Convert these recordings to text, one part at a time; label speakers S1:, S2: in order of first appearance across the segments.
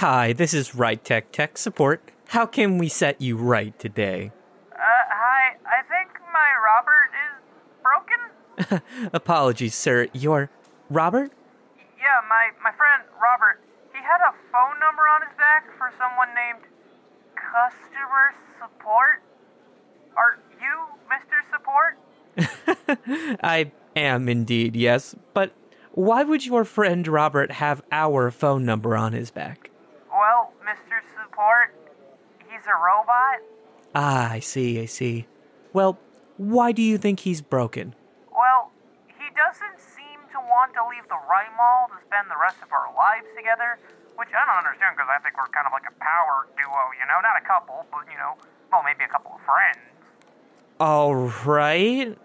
S1: Hi, this is Right Tech Tech Support. How can we set you right today?
S2: Uh, hi, I think my Robert is broken?
S1: Apologies, sir. Your Robert?
S2: Yeah, my, my friend Robert, he had a phone number on his back for someone named Customer Support. Are you Mr. Support?
S1: I am indeed, yes. But why would your friend Robert have our phone number on his back?
S2: Well, Mr. Support, he's a robot.
S1: Ah, I see, I see. Well, why do you think he's broken?
S2: Well, he doesn't seem to want to leave the Rye Mall to spend the rest of our lives together, which I don't understand because I think we're kind of like a power duo, you know? Not a couple, but, you know, well, maybe a couple of friends.
S1: All right.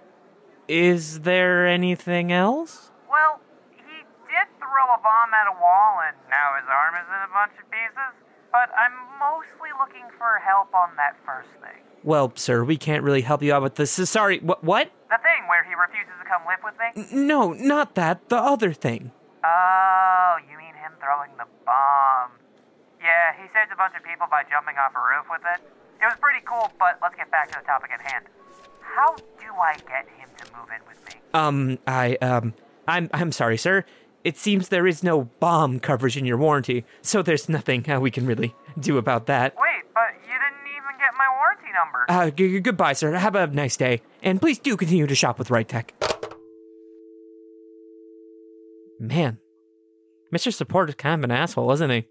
S1: Is there anything else?
S2: Well, he did throw a bomb at a wall and now his arm is in a bunch of pieces, but I'm mostly looking for help on that first thing.
S1: Well, sir, we can't really help you out with this. Sorry, what? What?
S2: The thing where he refuses to come live with me?
S1: No, not that. The other thing.
S2: Oh, you mean him throwing the bomb. Yeah, he saved a bunch of people by jumping off a roof with it. It was pretty cool, but let's get back to the topic at hand. How do I get him to move in with me?
S1: Um, I um, I'm I'm sorry, sir. It seems there is no bomb coverage in your warranty, so there's nothing uh, we can really do about that.
S2: Wait, but you didn't even get my warranty number.
S1: Uh, g- g- goodbye, sir. Have a nice day, and please do continue to shop with Right Tech. Man, Mr. Support is kind of an asshole, isn't he?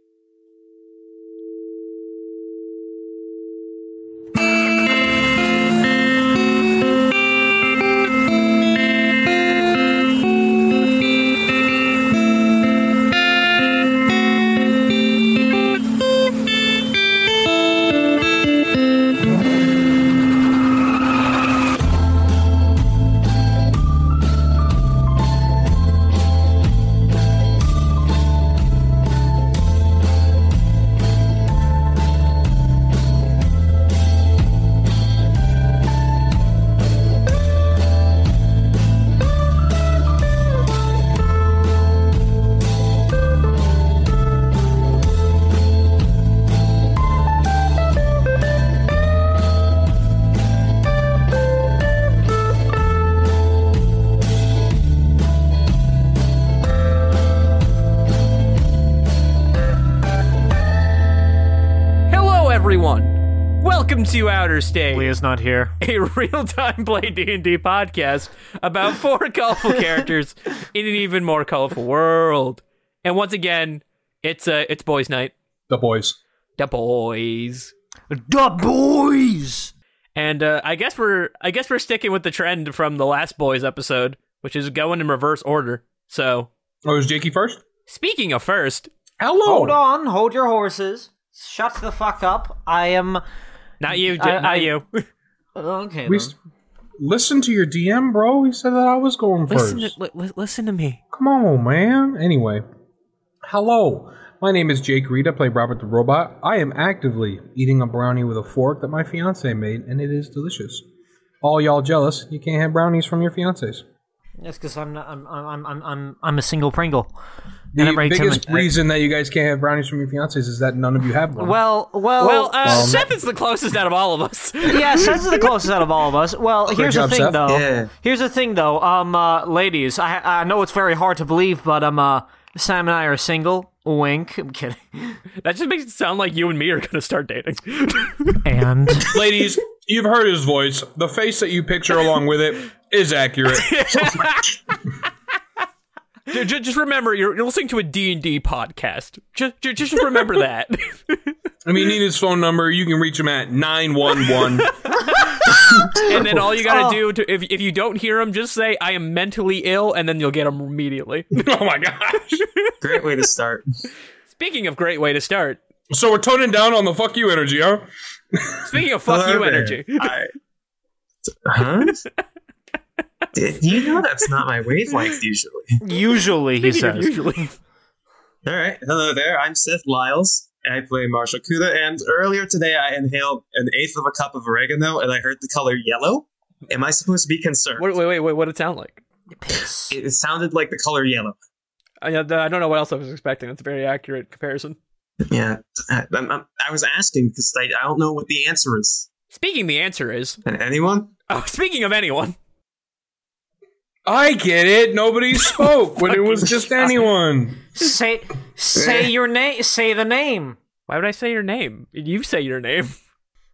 S1: Hello, everyone. Welcome to Outer State.
S3: Leah's not here.
S1: a real-time play D&D podcast about four colorful characters in an even more colorful world. And once again, it's uh, it's boys night.
S4: The boys.
S1: The boys.
S3: The boys.
S1: And uh, I guess we're I guess we're sticking with the trend from the last boys episode, which is going in reverse order. So,
S4: Oh, is Jakey first?
S1: speaking of first,
S4: Hello.
S3: Hold
S4: on.
S3: on, hold your horses. Shut the fuck up. I am
S1: not you,
S3: I-
S1: not
S3: I-
S1: you.
S3: okay.
S4: We
S3: then.
S4: s- listen to your DM, bro. He said that I was going
S1: listen,
S4: first.
S1: to, li- li- listen to me.
S4: Come on, man. Anyway, hello. My name is Jake Reed. I play Robert the Robot. I am actively eating a brownie with a fork that my fiance made, and it is delicious. All y'all jealous? You can't have brownies from your fiances.
S3: Yes, because I'm not. I'm. I'm. I'm. I'm. I'm a single Pringle.
S4: The
S3: I'm ready to
S4: biggest
S3: admit-
S4: reason that you guys can't have brownies from your fiances is that none of you have one.
S3: Well, well,
S1: Well, uh,
S3: Um,
S4: Well,
S1: Seth is the closest out of all of us.
S3: yeah. Seth is the closest out of all of us. Well, here's
S4: job,
S3: the thing,
S4: Seth.
S3: though. Here's the thing, though. Um, uh, ladies, I I know it's very hard to believe, but um, uh, Sam and I are single. Wink. I'm kidding.
S1: that just makes it sound like you and me are going to start dating.
S3: And
S4: Ladies, you've heard his voice. The face that you picture along with it is accurate.
S1: Ju- ju- just remember, you're, you're listening to a D&D podcast. Just, just remember that.
S4: If you need his phone number, you can reach him at 911.
S1: and then all you got
S3: Oh.
S1: to do, to, if, if you don't hear him, just say, I am mentally ill, and then you'll get him immediately.
S4: oh my gosh.
S5: Great way to start.
S1: Speaking of great way to start,
S4: So we're toning down on the fuck you energy, huh?
S1: speaking of fuck
S5: Hello
S1: you
S5: there.
S1: energy.
S5: I- huh? Did you know that's not my wavelength usually?
S3: usually he
S1: Speaking of
S3: says,
S1: Usually.
S5: All right. Hello there. I'm Seth Lyles. And I play Marshall Kuda. And earlier today, I inhaled an eighth of a cup of oregano, and I heard the color yellow. Am I supposed to be concerned?
S1: Wait, wait, wait, wait, what it sound like?
S3: "Piss."
S5: It sounded like the color yellow.
S1: I, I don't know what else I was expecting. That's a very accurate comparison.
S5: Yeah, I, I'm, I'm- I was asking because I, I don't know what the answer is.
S1: Speaking, the answer is.
S5: And anyone?
S1: Oh, speaking of anyone,
S6: I get it. Nobody spoke when it was just anyone.
S3: Say say your name. Say the name.
S1: why would I say your name? You say your name.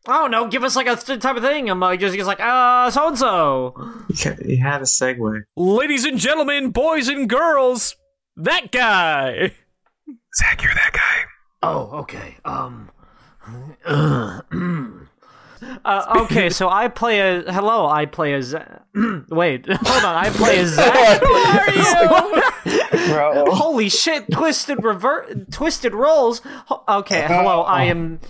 S3: Oh no! Give us like a th- type of thing. I'm like just, just like uh so and so.
S5: You ca- You had a segue.
S1: Ladies and gentlemen, boys and girls, that guy.
S6: Zach, you're that guy.
S3: Oh okay. Um. uh, okay, so I play a hello. I play a Za- wait. Hold on. I play a Zach.
S5: Bro.
S3: Holy shit! Twisted revert, twisted rolls. Ho- Okay, hello. I am,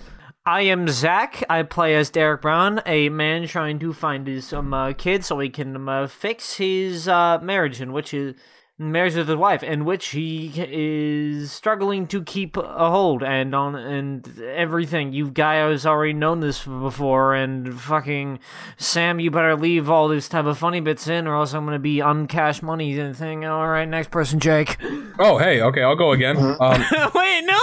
S3: I am Zach. I play as Derek Brown, a man trying to find his um uh, kid so he can um, uh, fix his uh, marriage, in which his marriage with his wife, in which he is struggling to keep a hold and on and everything. You guys already known this before, and fucking Sam, you better leave all this type of funny bits in, or else I'm gonna be uncash money and thing. All right, next person, Jake.
S6: Oh, hey. Okay, I'll go again. Um,
S1: Wait, no.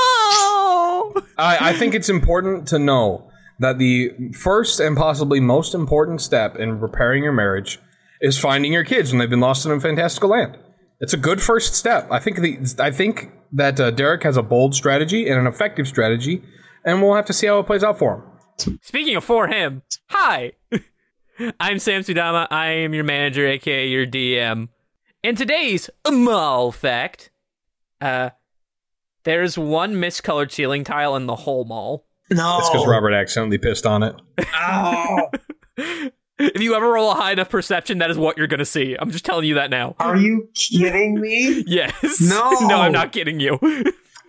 S6: I, I think it's important to know that the first and possibly most important step in repairing your marriage is finding your kids when they've been lost in a fantastical land. It's a good first step. I think the, I think that uh, Derek has a bold strategy and an effective strategy, and we'll have to see how it plays out for him.
S1: Speaking of for him, hi. I'm Sam Sudama. I am your manager, aka your DM. And today's mall fact: uh, there's one miscolored ceiling tile in the whole mall.
S5: No.
S6: It's because Robert accidentally pissed on it.
S5: Ow.
S1: If you ever roll a high enough perception, that is what you're gonna see. I'm just telling you that now.
S5: Are you kidding me?
S1: Yes.
S5: No.
S1: no, I'm not kidding you.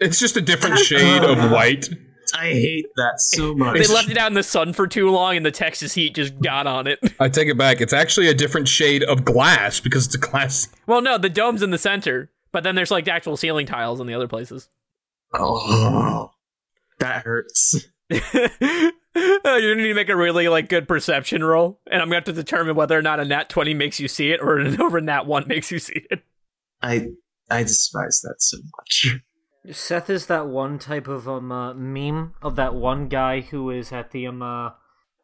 S6: It's just a different shade of white.
S5: I hate that so much.
S1: They left it out in the sun for too long, and the Texas heat just got on it.
S6: I take it back. It's actually a different shade of glass because it's a glass.
S1: Well, no, the dome's in the center, but then there's like the actual ceiling tiles in the other places.
S5: Oh, that hurts.
S1: Uh, You're gonna need to make a really like good perception roll, and I'm gonna have to determine whether or not a nat twenty makes you see it, or an over nat one makes you see it.
S5: I I despise that so much.
S3: Seth is that one type of um uh, meme of that one guy who is at the um uh,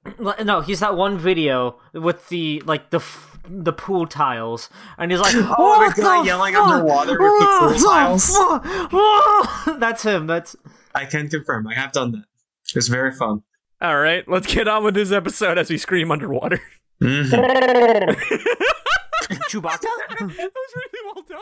S3: l- no he's that one video with the like the f- the pool tiles and he's like
S5: Oh, the
S3: "What
S5: guy yelling
S3: fuck?
S5: underwater with the pool
S3: What
S5: tiles?"
S3: fuck? What?" that's him that's
S5: I can confirm. I have done that. It was very fun.
S1: All right, let's get on with this episode as we scream underwater.
S5: Mhm.
S3: Chewbacca
S1: that was really well done.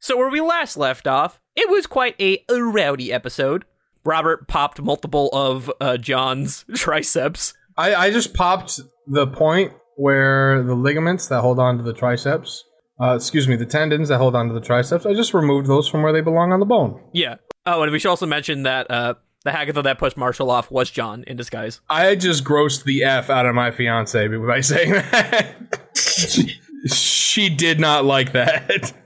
S1: So where we last left off, it was quite a rowdy episode. Robert popped multiple of uh, John's triceps.
S6: I, I just popped the point where the ligaments that hold on to the triceps, uh, excuse me, the tendons that hold on to the triceps, I just removed those from where they belong on the bone.
S1: Yeah. Oh, and we should also mention that uh, the hackathon that pushed Marshall off was John in disguise.
S6: I just grossed the F out of my fiance by saying that. she, she did not like that.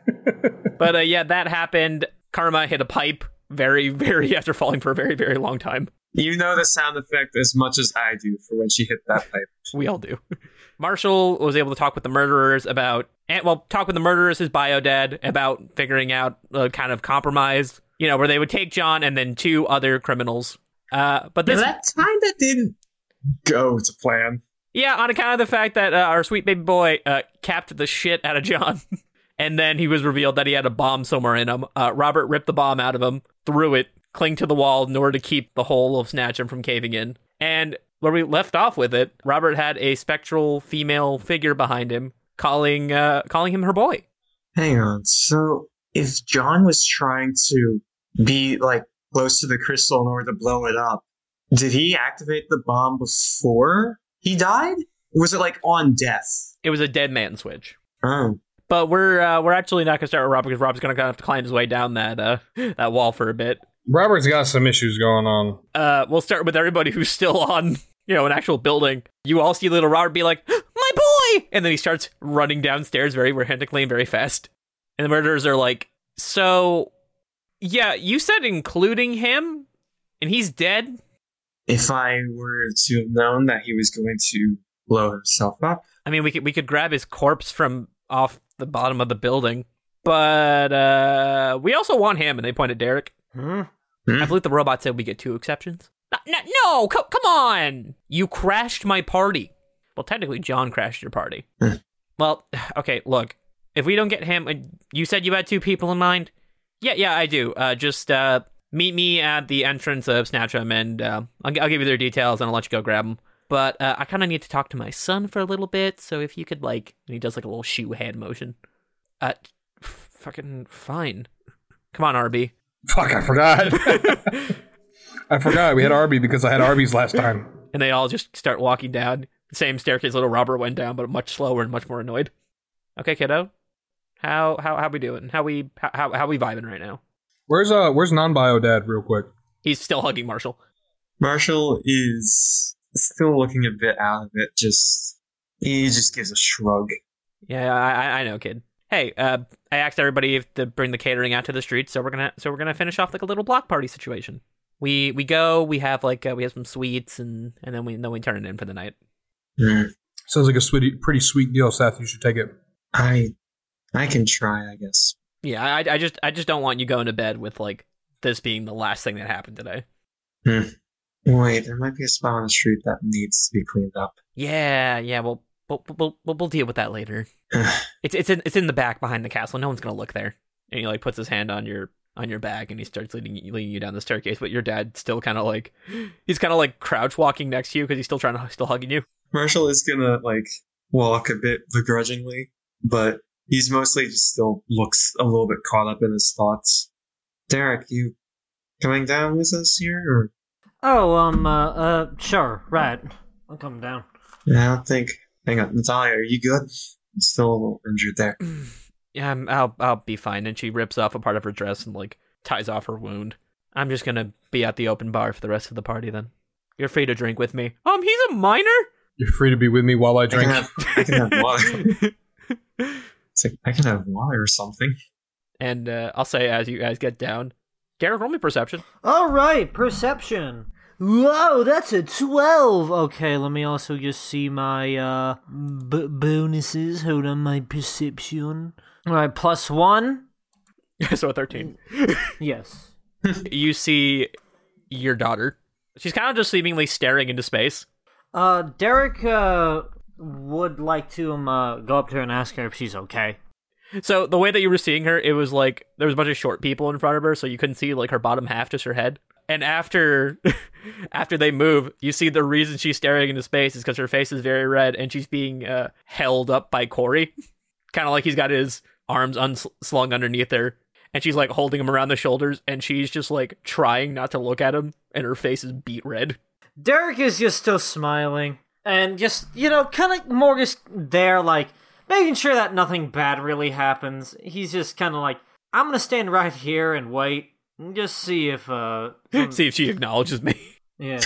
S1: But uh, yeah, that happened. Karma hit a pipe very, very after falling for a very, very long time.
S5: You know the sound effect as much as I do for when she hit that pipe.
S1: We all do. Marshall was able to talk with the murderers about, and well, talk with the murderers, his bio dad, about figuring out a kind of compromise, you know, where they would take John and then two other criminals. Uh, but this,
S5: that kind of didn't go to plan.
S1: yeah, on account of the fact that uh, our sweet baby boy uh, capped the shit out of John, and then he was revealed that he had a bomb somewhere in him. Uh, Robert ripped the bomb out of him, threw it, clinged to the wall in order to keep the whole of Snatchum from caving in. And where we left off with it, Robert had a spectral female figure behind him, calling uh, calling him her boy.
S5: Hang on. So if John was trying to be like close to the crystal in order to blow it up, did he activate the bomb before he died? Or was it like on death?
S1: It was a dead man switch.
S5: Oh.
S1: But we're uh, we're actually not gonna start with Rob because Rob's gonna kind of have to climb his way down that uh, that wall for a bit.
S6: Robert's got some issues going on.
S1: uh, we'll start with everybody who's still on, you know, an actual building. You all see little Robert be like, "My boy!" And then he starts running downstairs very frantically and very fast. And the murderers are like, "So, yeah, you said including him, and he's dead."
S5: If I were to have known that he was going to blow himself up,
S1: I mean, we could we could grab his corpse from off the bottom of the building. But uh, we also want him, and they point at Derek.
S3: Hmm?
S1: I believe the robot said we get two exceptions. No, no, no co- come on! You crashed my party. Well, technically, John crashed your party. well, okay, look. If we don't get him, uh, you said you had two people in mind. Yeah, yeah, I do. Uh, just uh, meet me at the entrance of Snatchum, and uh, I'll, gi- I'll give you their details, and I'll let you go grab them. But uh, I kind of need to talk to my son for a little bit, so if you could like, and he does like a little shoe hand motion. Uh, f- fucking fine. Come on, RB.
S4: Fuck, I forgot. I forgot we had Arby because I had Arby's last time.
S1: and they all just start walking down the same staircase little robert went down but much slower and much more annoyed okay kiddo how how how we doing how we how how, how we vibing right now
S4: Where's uh Where's non-bio dad? Real quick.
S1: he's still hugging marshall
S5: Marshall is still looking a bit out of it. Just he just gives a shrug.
S1: yeah i I- i know kid hey uh i asked everybody if to bring the catering out to the street so we're gonna so we're gonna finish off like a little block party situation we we go we have like uh, we have some sweets and and then we then we turn it in for the night
S5: Mm,
S4: Sounds like a sweet, pretty sweet deal, Seth. You should take it.
S5: I I can try, I guess.
S1: yeah i i just i just don't want you going to bed with like this being the last thing that happened today
S5: Wait, there might be a spot on the street that needs to be cleaned up.
S1: Yeah, yeah. Well, we'll we'll, we'll, we'll deal with that later. it's it's in it's in the back behind the castle. No one's gonna look there. And he like puts his hand on your on your back and he starts leading you- leading you down the staircase. But your dad's still kind of like he's kind of like crouch walking next to you because he's still trying to still hugging you.
S5: Marshall is gonna like walk a bit begrudgingly, but he's mostly just still looks a little bit caught up in his thoughts. Derek, you coming down with us here? Or
S3: Oh, um, uh, uh, sure, right. I'll come down.
S5: I don't think. Hang on, Natalia, are you good? I'm still a little injured there.
S1: Yeah, I'm, I'll I'll be fine. And she rips off a part of her dress and like ties off her wound. I'm just gonna be at the open bar for the rest of the party. Then you're free to drink with me. Um, he's a minor.
S4: You're free to be with me while I
S5: I can
S4: drink.
S5: have, I can have water. It's like, I can have water or something.
S1: And uh, I'll say as you guys get down, Derek, roll me perception.
S3: All right, perception. Whoa, that's a 12. Okay, let me also just see my uh b- bonuses. Hold on, my perception. All right, plus 1.
S1: so a 13.
S3: Yes.
S1: You see your daughter. She's kind of just seemingly staring into space.
S3: Uh Derek uh would like to um uh, go up to her and ask her if she's okay.
S1: So the way that you were seeing her, it was like there was a bunch of short people in front of her, so you couldn't see like her bottom half, just her head. And after after they move, you see the reason she's staring into space is because her face is very red and she's being uh, held up by Corey. kind of like he's got his arms unslung underneath her. And she's like holding him around the shoulders, and she's just like trying not to look at him, and her face is beat red.
S3: Derek is just still smiling and just, you know, kind of more just there, like, making sure that nothing bad really happens. He's just kind of like, I'm going to stand right here and wait and just see if, uh. some-
S1: See if she acknowledges me.
S3: Yeah.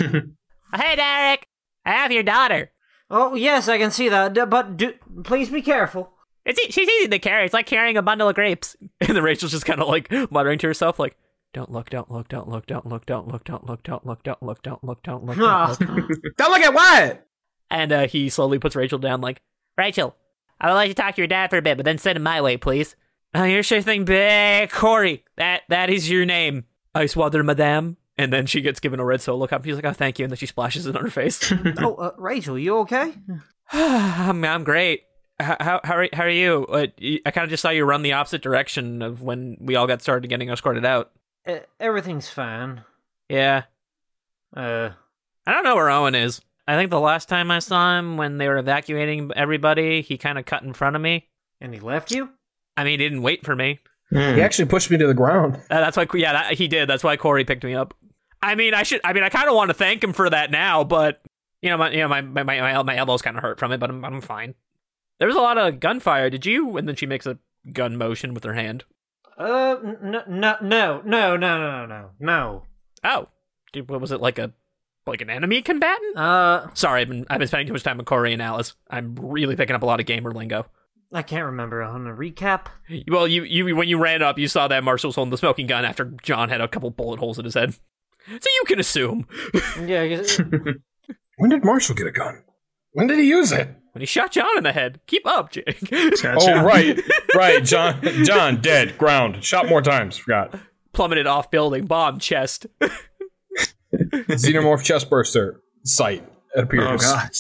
S1: Hey, Derek. I have your daughter.
S3: oh, yes, I can see that, d- but do, please be careful.
S1: It's e- she's easy to carry. It's like carrying a bundle of grapes. And then Rachel's just kind of like muttering to herself, like, "Don't look, don't look, don't look, don't look, don't look, don't look, don't look, don't look, don't look, don't look,
S3: Ah.
S1: don't look."
S4: Don't look at what.
S1: And uh, he slowly puts Rachel down, like, "Rachel, I would like to talk to your dad for a bit, but then send him my way, please." Oh, you're sure thing, big Corey. That that is your name. Ice water, madame. And then she gets given a red solo cup. She's like, "Oh, thank you," and then she splashes it on her face.
S3: oh, uh, Rachel, you okay?
S1: I'm, I'm great. How how how are, how are you? Uh, y- I kind of just saw you run the esopposite direction of when we all got started getting escorted out.
S3: E- everything's fine.
S1: Yeah,
S3: Uh,
S1: I don't know where Owen is. I think the last time I saw him when they were evacuating everybody, he kind of cut in front of me.
S3: and he left you?
S1: I mean, he didn't wait for me.
S5: Hmm.
S4: He actually pushed me to the ground.
S1: Uh, that's why, yeah, that, he did. That's why Corey picked me up. I mean, I should. I mean, I kind of want to thank him for that now, but you know, my you know, my my my, my, el- my elbow's kind of hurt from it, but I'm I'm fine. There was a lot of gunfire. Did you? And then she makes a gun motion with her hand.
S3: Uh, n- n- no, no, no, no, no, no, no.
S1: Oh, dude, what was it like a like an enemy combatant?
S3: Uh,
S1: Sorry, I've been I've been spending too much time with Corey and Alice. I'm really picking up a lot of gamer lingo.
S3: I can't remember. On a recap,
S1: Well, you you when you ran up, you saw that Marshall was holding the smoking gun after John had a couple bullet holes in his head. So you can assume.
S3: yeah, I guess-
S4: When did Marshall get a gun? When did he use it?
S1: when he shot John in the head. Keep up, Jake.
S5: Gotcha.
S6: Oh right, right. John, John, dead, ground, shot more times. Forgot.
S1: Plummeted off building, bomb chest.
S4: Xenomorph chestburster.
S6: Sight
S5: Oh
S6: appears.
S5: god.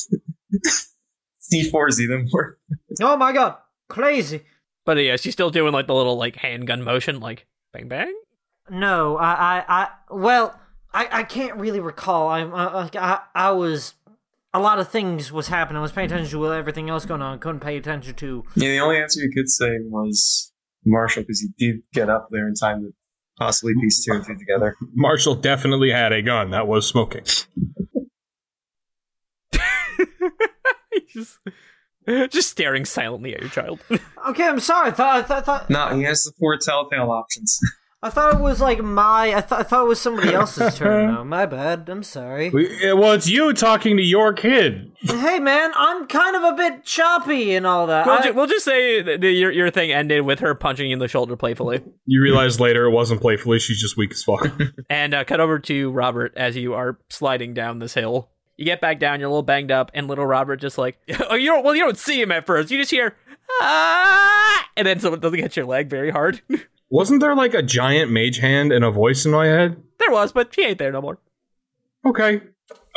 S5: C4 Xenomorph.
S3: Oh my god, crazy.
S1: But yeah, she's still doing like the little like handgun motion, like bang bang.
S3: No, I, I, I well, I, I can't really recall. I'm, I, I, I was, a lot of things was happening. I was paying attention to everything else going on. Couldn't pay attention to.
S5: Yeah, the only answer you could say was Marshall because he did get up there in time to possibly piece two and two together.
S6: Marshall definitely had a gun that was smoking.
S1: just, just staring silently at your child.
S3: Okay, I'm sorry. I thought, I thought, I thought,
S5: No, he has the four telltale options.
S3: I thought it was like my. I thought, I thought it was somebody else's turn. though. My bad. I'm sorry.
S6: We- eh, Well, it's you talking to your kid.
S3: hey man, I'm kind of a bit choppy and all that.
S1: We'll,
S3: I-
S1: ju- we'll just say that the, your your thing ended with her punching you in the shoulder playfully,
S6: You realize later it wasn't playfully. She's just weak as fuck.
S1: and uh, cut over to Robert as you are sliding down this hill. You get back down, you're a little banged up, and little Robert just like, oh, you don't. Well, you don't see him at first. You just hear, ah, and then someone doesn't get your leg very hard.
S6: Wasn't there like a giant mage hand and a voice in my head?
S1: there was, but she ain't there no more.
S6: Okay.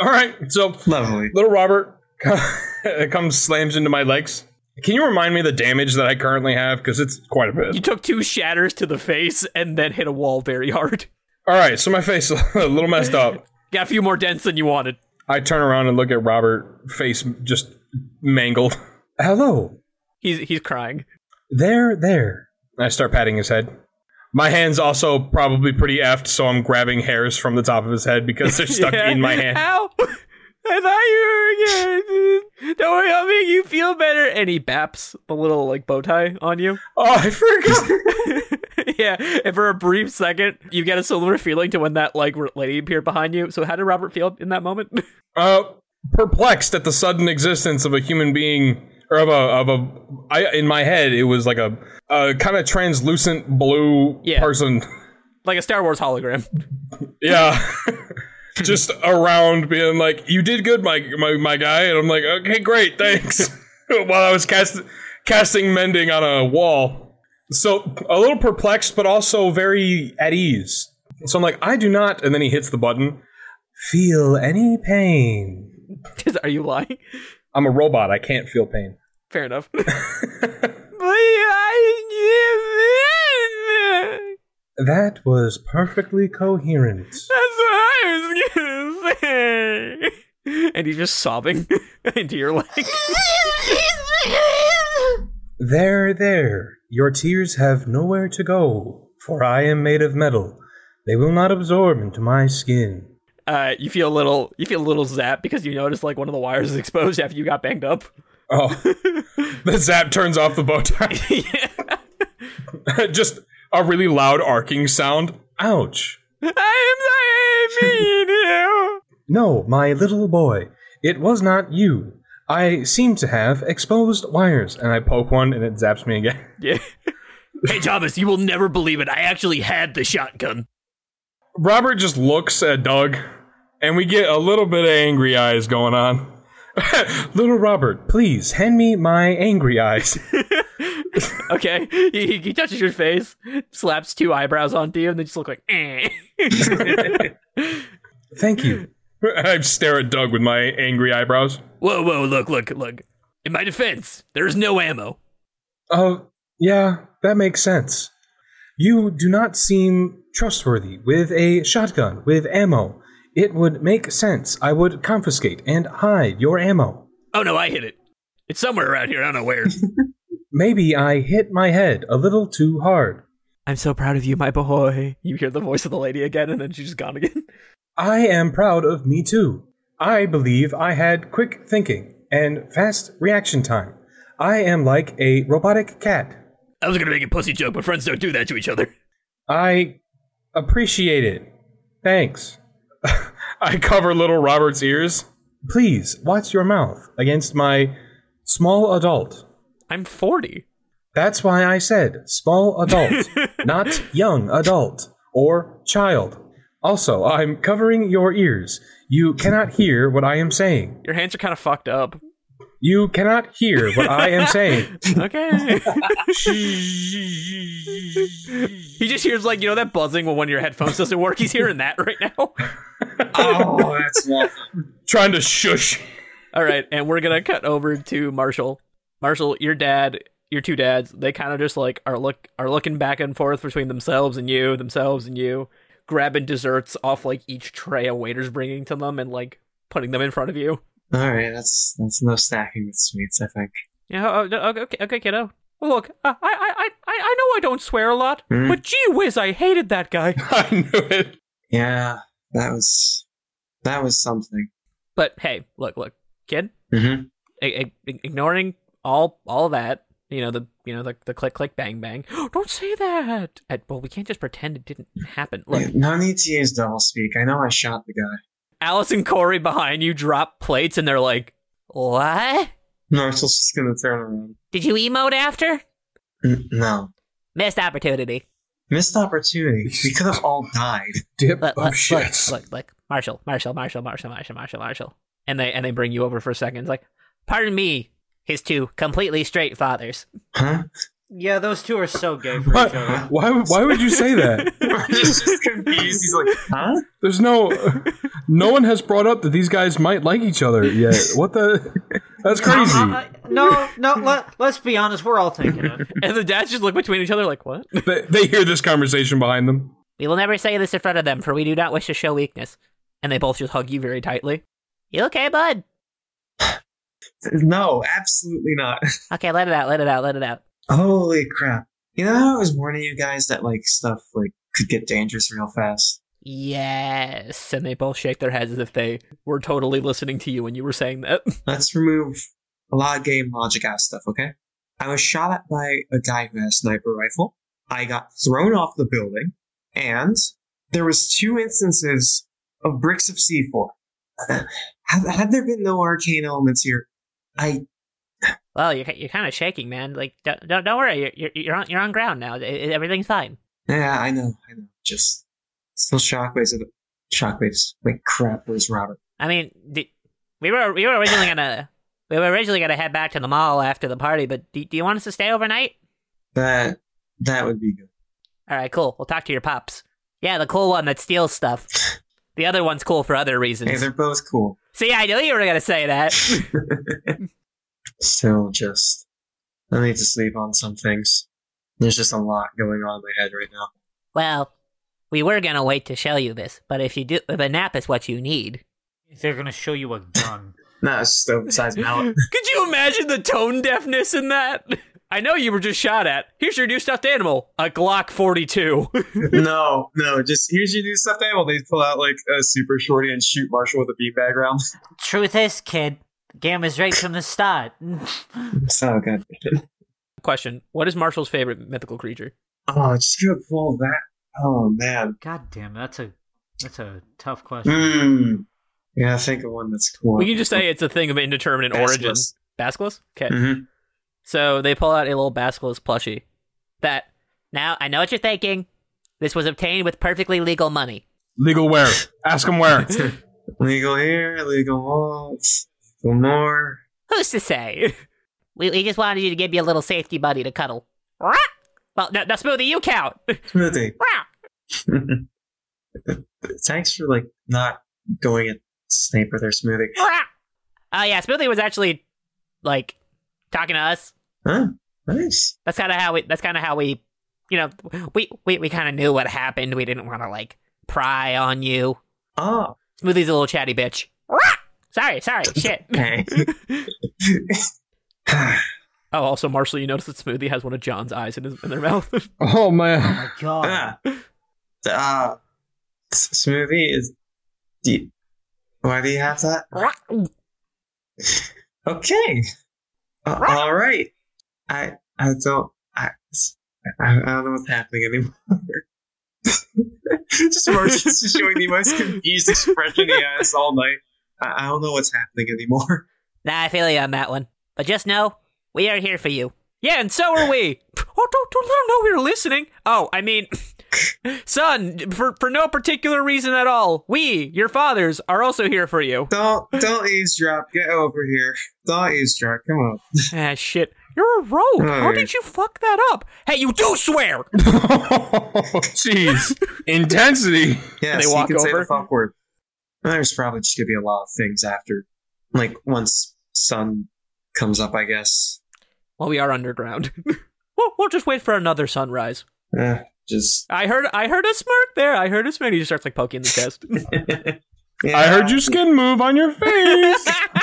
S6: All right. So
S5: Lovely.
S6: little Robert comes slams into my legs. Can you remind me the damage that I currently have? Because it's quite a bit.
S1: You took two shatters to the face and then hit a wall very hard.
S6: All right, so my face is a little messed up.
S1: Got a few more dents than you wanted.
S6: I turn around and look at Robert, face just mangled. Hello,
S1: He's he's crying.
S6: there, there. I start patting his head. My hand's also probably pretty effed, so I'm grabbing hairs from the top of his head because they're stuck
S1: Yeah.
S6: in my hand.
S1: Ow! I thought you were. Yeah, don't worry, I'll make you feel better. And he baps the little like bow tie on you.
S6: Oh, I forgot.
S1: yeah, and for a brief second, you get a similar feeling to when that like re- lady appeared behind you. So how did Robert feel in that moment?
S6: uh, perplexed at the sudden existence of a human being, or of a of a. I in my head it was like a, a kind of translucent blue
S1: Yeah.
S6: person.
S1: like a Star Wars hologram.
S6: Yeah. Just around being like, you did good, my, my my guy, and I'm like, okay, great, thanks. While I was cast, casting mending on a wall, so a little perplexed, but also very at ease. So I'm like, I do not, and then he hits the button. Feel any pain?
S1: Are you lying?
S6: I'm a robot. I can't feel pain.
S1: Fair enough. But I-
S6: That was perfectly coherent.
S1: That's what I was gonna say. And he's just sobbing into your leg.
S6: There, there, your tears have nowhere to go, for I am made of metal. They will not absorb into my skin.
S1: Uh, you feel a little, you feel a little zap because you notice like one of the wires is exposed after you got banged up.
S6: Oh. the zap turns off the bow tie.
S1: yeah.
S6: Just a really loud arcing sound. Ouch.
S1: I am sorry, I mean you.
S6: No, my little boy, it was not you. I seem to have exposed wires, and I poke one and it zaps me again.
S1: Yeah. Hey Thomas, you will never believe it. I actually had the shotgun.
S6: Robert just looks at Doug, and we get a little bit of angry eyes going on. little Robert, please hand me my angry eyes.
S1: Okay. He, he- he touches your face, slaps two eyebrows onto you, and they just look like. Eh.
S6: Thank you. I stare at Doug with my angry eyebrows.
S1: Whoa, whoa! Look, look, look! In my defense, there's no ammo.
S6: Oh, yeah, that makes sense. You do not seem trustworthy with a shotgun, with ammo. It would make sense. I would confiscate and hide your ammo.
S1: Oh no, I hit it. It's somewhere around here. I don't know where.
S6: Maybe I hit my head a little too hard.
S1: I'm so proud of you, my boy. You hear the voice of the lady again, and then she's just gone again.
S6: I am proud of me too. I believe I had quick thinking and fast reaction time. I am like a robotic cat.
S1: I was gonna make a pussy joke, but friends don't do that to each other.
S6: I appreciate it. Thanks. I cover little Robert's ears. Please watch your mouth against my small adult.
S1: I'm 40.
S6: That's why I said small adult, not young adult or child. Also, I'm covering your ears. You cannot hear what I am saying.
S1: Your hands are kind of fucked up.
S4: You cannot hear what I am saying.
S1: Okay. he just hears like you know that buzzing when one of your headphones doesn't work. He's hearing that right now.
S5: Oh, that's awful.
S6: Trying to shush.
S1: All right, and we're gonna cut over to Marshall. Marshall, your dad, your two dads, they kind of just like are look are looking back and forth between themselves and you, themselves and you, grabbing desserts off like each tray a waiter's bringing to them and like putting them in front of you.
S5: All right, that's that's no snacking with sweets. I think.
S1: Yeah, oh, oh, okay, okay, kiddo. Look, I, I, I, I know I don't swear a lot,
S5: Mhm.
S1: but gee whiz, I hated that guy.
S6: I knew it.
S5: Yeah, that was that was something.
S1: But hey, look, look, kid,
S5: Mm-hmm.
S1: I- I- ignoring all all that, you know the you know the, the click click bang bang. don't say that. Uh, well, we can't just pretend it didn't happen. Look,
S5: No need to use double speak. I know I shot the guy.
S1: Alice and Corey behind you drop plates, and they're like, "What?
S5: Marcel's just gonna turn around.
S1: Did you emote after?
S5: N- no,
S1: Missed opportunity."
S5: missed opportunity. We could have all died.
S4: Dip
S1: Look,
S6: Oh,
S4: of
S1: look, look,
S4: shits.
S1: look, look, Marshall, Marshall, Marshall, Marshall, Marshall, Marshall, Marshall, and they and they bring you over for a second. It's like, pardon me, his two completely straight fathers.
S5: Huh?
S3: Yeah, those two are so gay for each other.
S4: Why, why, would- why would you say that?
S5: Marcel's just confused. He's like, huh?
S4: There's no. No one has brought up that these guys might like each other yet. What the? That's crazy.
S3: Uh, uh, no, no. Let, let's be honest. We're all thinking it.
S1: And the dads just look between each other like, what?
S6: They, they hear this conversation behind them.
S1: We will never say this in front of them, for we do not wish to show weakness. And they both just hug you very tightly. You okay, bud?
S5: No, absolutely not.
S1: Okay, let it out, let it out, let it out.
S5: Holy crap! You know, how I was warning you guys that like stuff like could get dangerous real fast.
S1: Yes. And they both shake their heads as if they were totally listening to you when you were saying that.
S5: Let's remove a lot of game logic out of stuff, okay? I was shot at by a guy who had a sniper rifle. I got thrown off the building, and there was two instances of bricks of C4. had, had there been no arcane elements here, I
S1: Well, you're, you're kind of shaking, man. Like, don't, don't, don't worry. You're, you're, you're, on, you're on ground now. I- I- Everything's fine.
S5: yeah, I know, I know. Just still shockwaves. Of, shockwaves. Wait, crap, where's Robert?
S1: I mean, d we were we were originally gonna we were originally gonna head back to the mall after the party, but do, do you want us to stay overnight?
S5: That that would be good.
S1: All right, cool. We'll talk to your pops. Yeah, the cool one that steals stuff. The other one's cool for other reasons.
S5: Hey, they're both cool.
S1: See, I knew you were gonna say that.
S5: Still, just I need to sleep on some things. There's just a lot going on in my head right now.
S1: well, we were gonna wait to show you this, but if you do, if a nap is what you need.
S3: They're gonna show you a gun.
S5: No, it's just the size mallet.
S1: Could you imagine the tone deafness in that? I know you were just shot at. Here's your new stuffed animal, a Glock 42.
S5: no, no, just here's your new stuffed animal. They pull out like a super shorty and shoot Marshall with a beanbag round.
S3: Truth is, kid, Gamma's right from the start.
S5: so good.
S1: Question: What is Marshall's favorite mythical creature?
S5: Oh, just gonna pull that. Oh man.
S3: God damn, that's a that's a tough question.
S5: Hmm. Yeah, think of one that's cool.
S1: We can just say it's a thing of indeterminate origin. Basculus. Okay.
S5: Mm-hmm.
S1: So they pull out a little Basculus plushie. That. Now, I know what you're thinking. This was obtained with perfectly legal money.
S6: Legal where? Ask them where.
S5: Legal here, legal walls, legal more.
S1: Who's to say? We, we just wanted you to give you a little safety buddy to cuddle. Rah! Well, now, now Smoothie, you count.
S5: Smoothie.
S1: Rah!
S5: Thanks for like not going at Snape with her smoothie.
S1: Rah! Oh, yeah, Smoothie was actually, like, talking to us.
S5: Huh? Nice.
S1: That's kind of how we. That's kind of how we. You know, we we, we kind of knew what happened. We didn't want to like pry on you.
S5: Oh,
S1: Smoothie's a little chatty bitch. Rah! Sorry, sorry, shit.
S5: okay. Uh,
S1: Oh, also, Marshall, you notice that Smoothie has one of John's eyes in his in their mouth.
S4: Oh
S3: Oh
S4: man.
S3: my god.
S5: ah. Uh, s- smoothie is. Do you- why do you have that? Okay. Uh, all right. I I don't I, I I don't know what's happening anymore. just Marcus is showing the most confused expression he has all night. I, I don't know what's happening anymore.
S1: nah, I feel you on that one. But just know, we are here for you. Yeah, and so are we. Oh, don't don't let them know we we're listening. Oh, I mean, Son, for, for no particular reason at all, we, your fathers, are also here for you.
S5: Don't don't eavesdrop. Get over here. Don't eavesdrop. Come on.
S1: ah, shit. You're a rogue. How
S5: Alright.
S1: did you fuck that up? Hey, you do swear!
S6: Jeez, intensity.
S5: Yes,
S1: they
S5: you
S1: walk
S5: can say
S1: over.
S5: the fuck word. There's probably just gonna be a lot of things after, like once sun comes up. I guess.
S1: Well, we are underground. we'll, we'll just wait for another sunrise.
S5: Eh, just.
S1: I heard I heard a smirk there. I heard a smirk. He just starts like poking the chest.
S6: I heard your skin move on your face.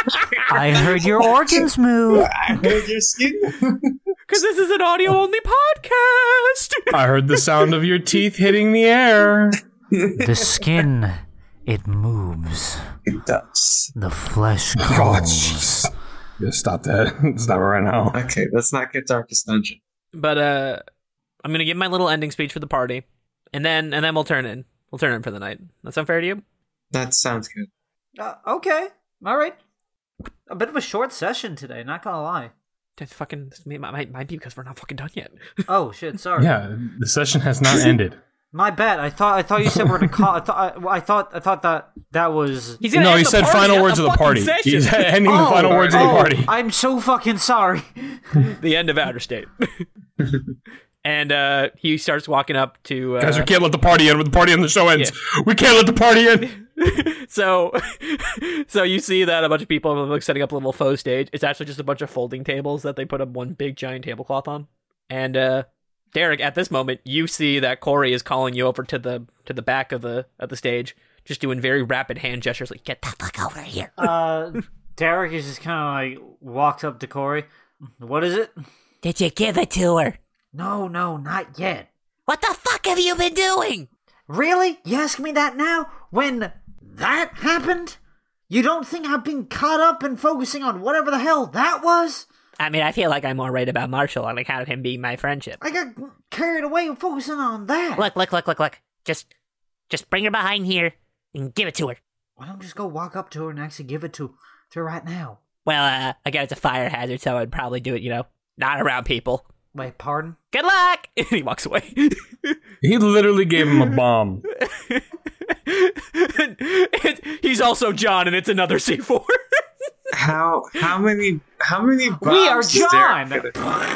S3: I heard your organs move.
S5: I heard your skin.
S1: Because this is an audio only podcast.
S6: I heard the sound of your teeth hitting the air.
S3: The skin, it moves.
S5: it does.
S3: The flesh
S6: Oh, jeez. Yeah, stop that. Stop it right now.
S5: Okay, let's not get darkest dungeon.
S1: but uh I'm gonna give my little ending speech for the party. And then and then we'll turn in. We'll turn in for the night. That sound fair to you?
S5: That sounds good.
S3: Uh, okay, all right. A bit of a short session today. Not gonna lie.
S1: That's fucking this may- might, might be because we're not fucking done yet.
S3: Oh shit, sorry.
S6: Yeah, the session has not ended.
S3: My bad. I thought I thought you said we're gonna call. I thought I, well, I thought I thought that that was.
S1: He's gonna
S6: No,
S1: end
S6: he
S1: the
S6: said
S1: party
S6: final
S1: at
S6: words of the
S1: fucking
S6: party.
S1: session.
S6: He's ending the
S3: Oh,
S6: final words of the
S3: oh,
S6: party.
S3: I'm so fucking sorry.
S1: the end of Outer State. and uh he starts walking up to uh,
S6: Guys, we can't let the party end. when The party on the show ends. We can't let the party end.
S1: so so you see that a bunch of people are like setting up a little faux stage it's actually just a bunch of folding tables that they put up one big giant tablecloth on and uh derek at this moment you see that corey is calling you over to the to the back of the of the stage just doing very rapid hand gestures like get the fuck over here
S3: Uh, Derek is just kind of like walks up to Corey. What is it?
S7: Did you give it to her?
S3: No, no, not yet.
S7: What the fuck have you been doing?
S3: Really? You ask me that now? When that happened? You don't think I've been caught up in focusing on whatever the hell that was?
S7: I mean, I feel like I'm more right about Marshall on account of him being my friendship.
S3: I got carried away focusing on that.
S7: Look, look, look, look, look. Just, just bring her behind here and give it to her.
S3: Why don't you just go walk up to her and actually give it to, to her right now?
S7: Well, uh, again, it's a fire hazard, so I'd probably do it, you know, not around people.
S3: Wait, pardon?
S7: Good luck.
S1: and he walks away
S6: He literally gave him a bomb.
S1: It- he's also john and it's another c4
S5: How how many how many
S3: We are
S5: bombs is there?
S3: John!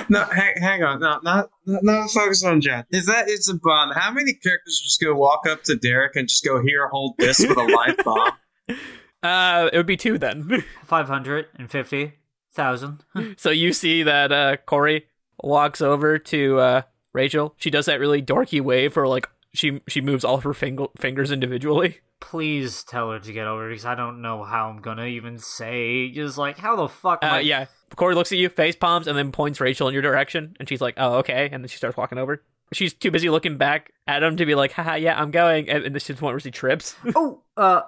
S5: No, hang, hang on. No, not not not focus on John. Is that it's a bomb? How many characters are just gonna walk up to Derek and just go here, hold this with a live bomb?
S1: uh it would be two then
S3: 550,000.
S1: So you see that uh, Corey walks over to uh, Rachel. She does that really dorky wave where like she she moves all of her fing- fingers individually.
S3: Please tell her to get over because I don't know how I'm gonna even say. Just like, how the fuck am
S1: Uh,
S3: I-
S1: yeah. Corey looks at you, face palms, and then points Rachel in your direction, and she's like, "Oh, okay," and then she starts walking over. She's too busy looking back at him to be like, "Haha, yeah, I'm going," and, and this is the point where she trips.
S3: Oh, uh,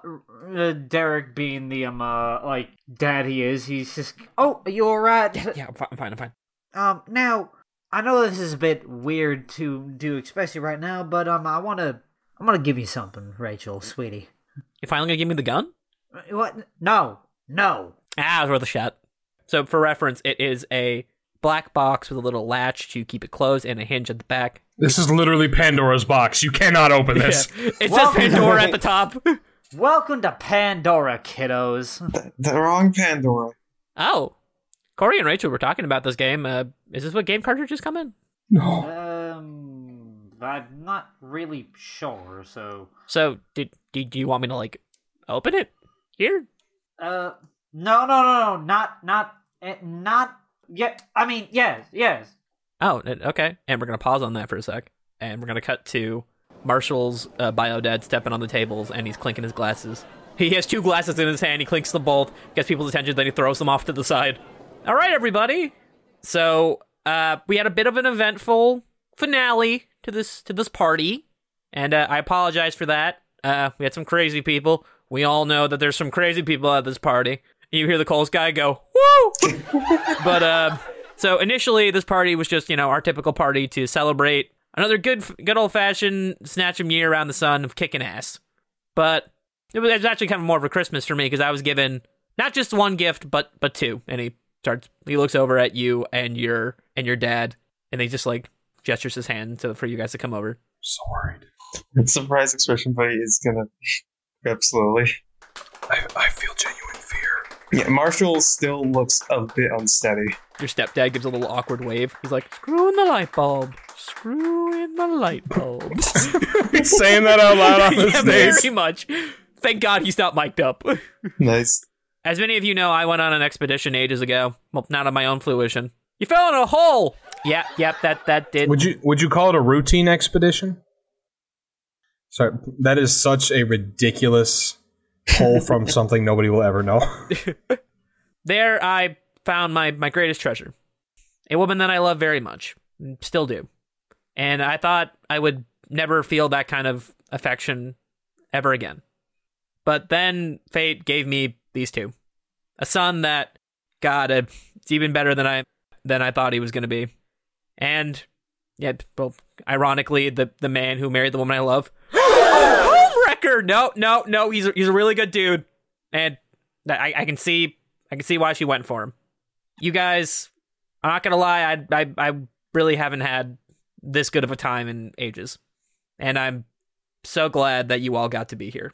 S3: uh, Derek being the, um, uh, like, dad he is, he's just, oh, are you alright?
S1: yeah, I'm fine, I'm fine, I'm fine.
S3: Um, now, I know this is a bit weird to do, especially right now, but, um, I wanna, I'm gonna give you something, Rachel, sweetie.
S1: You finally gonna give me the gun?
S3: Uh, What? No, no.
S1: Ah, it was worth a shot. So for reference, it is a black box with a little latch to keep it closed and a hinge at the back.
S6: This is literally Pandora's box. You cannot open this.
S1: Yeah. It says
S3: Welcome-
S1: Pandora at the top.
S3: Welcome to Pandora, kiddos.
S5: The wrong Pandora.
S1: Oh, Corey and Rachel were talking about this game. Uh, is this what game cartridges come in?
S6: No.
S3: Um, I'm not really sure, so,
S1: So, did, did do you want me to like open it here?
S3: uh, no, no, no, no, not, not, eh, not, yeah, I mean, yes, yes.
S1: Oh, n- okay. And we're gonna pause on that for a sec, and we're gonna cut to Marshall's uh, bio dad stepping on the tables, and he's clinking his glasses. He has two glasses in his hand. He clinks them both, gets people's attention, then he throws them off to the side. All right, everybody. So uh, we had a bit of an eventful finale to this to this party, and uh, I apologize for that. Uh, we had some crazy people. We all know that there's some crazy people at this party. You hear the Coles guy go, "Woo!" but uh, so initially, this party was just you know our typical party to celebrate another good good old fashioned snatch 'em year around the sun of kicking ass. But it was, it was actually kind of more of a Christmas for me because I was given not just one gift but but two, and he starts he looks over at you and your and your dad, and they just like gestures his hand to for you guys to come over.
S4: so worried.
S5: Surprise expression, but he is gonna go up slowly.
S4: I, I feel genuine fear.
S5: Yeah, Marshall still looks a bit unsteady.
S1: Your stepdad gives a little awkward wave. He's like, "Screw in the light bulb. Screw in the light bulb."
S6: He's saying that out loud on the
S1: yeah,
S6: stage.
S1: very much. Thank God he's not mic'd up.
S5: Nice.
S1: As many of you know, I went on an expedition ages ago. Well, not on my own fruition. You fell in a hole. Yep, yep, that that did.
S4: Would you would you call it a routine expedition? Sorry, that is such a ridiculous pull from something nobody will ever know.
S1: There, I found my my greatest treasure, a woman that I love very much, and still do, and I thought I would never feel that kind of affection ever again. But then fate gave me these two, a son that, God, uh, it's even better than I than I thought he was going to be, and yeah, well, ironically, the the man who married the woman I love, homewrecker. No, no, no, he's a, he's a really good dude, and I I can see I can see why she went for him. You guys, I'm not gonna lie, I I I really haven't had this good of a time in ages, and I'm so glad that you all got to be here.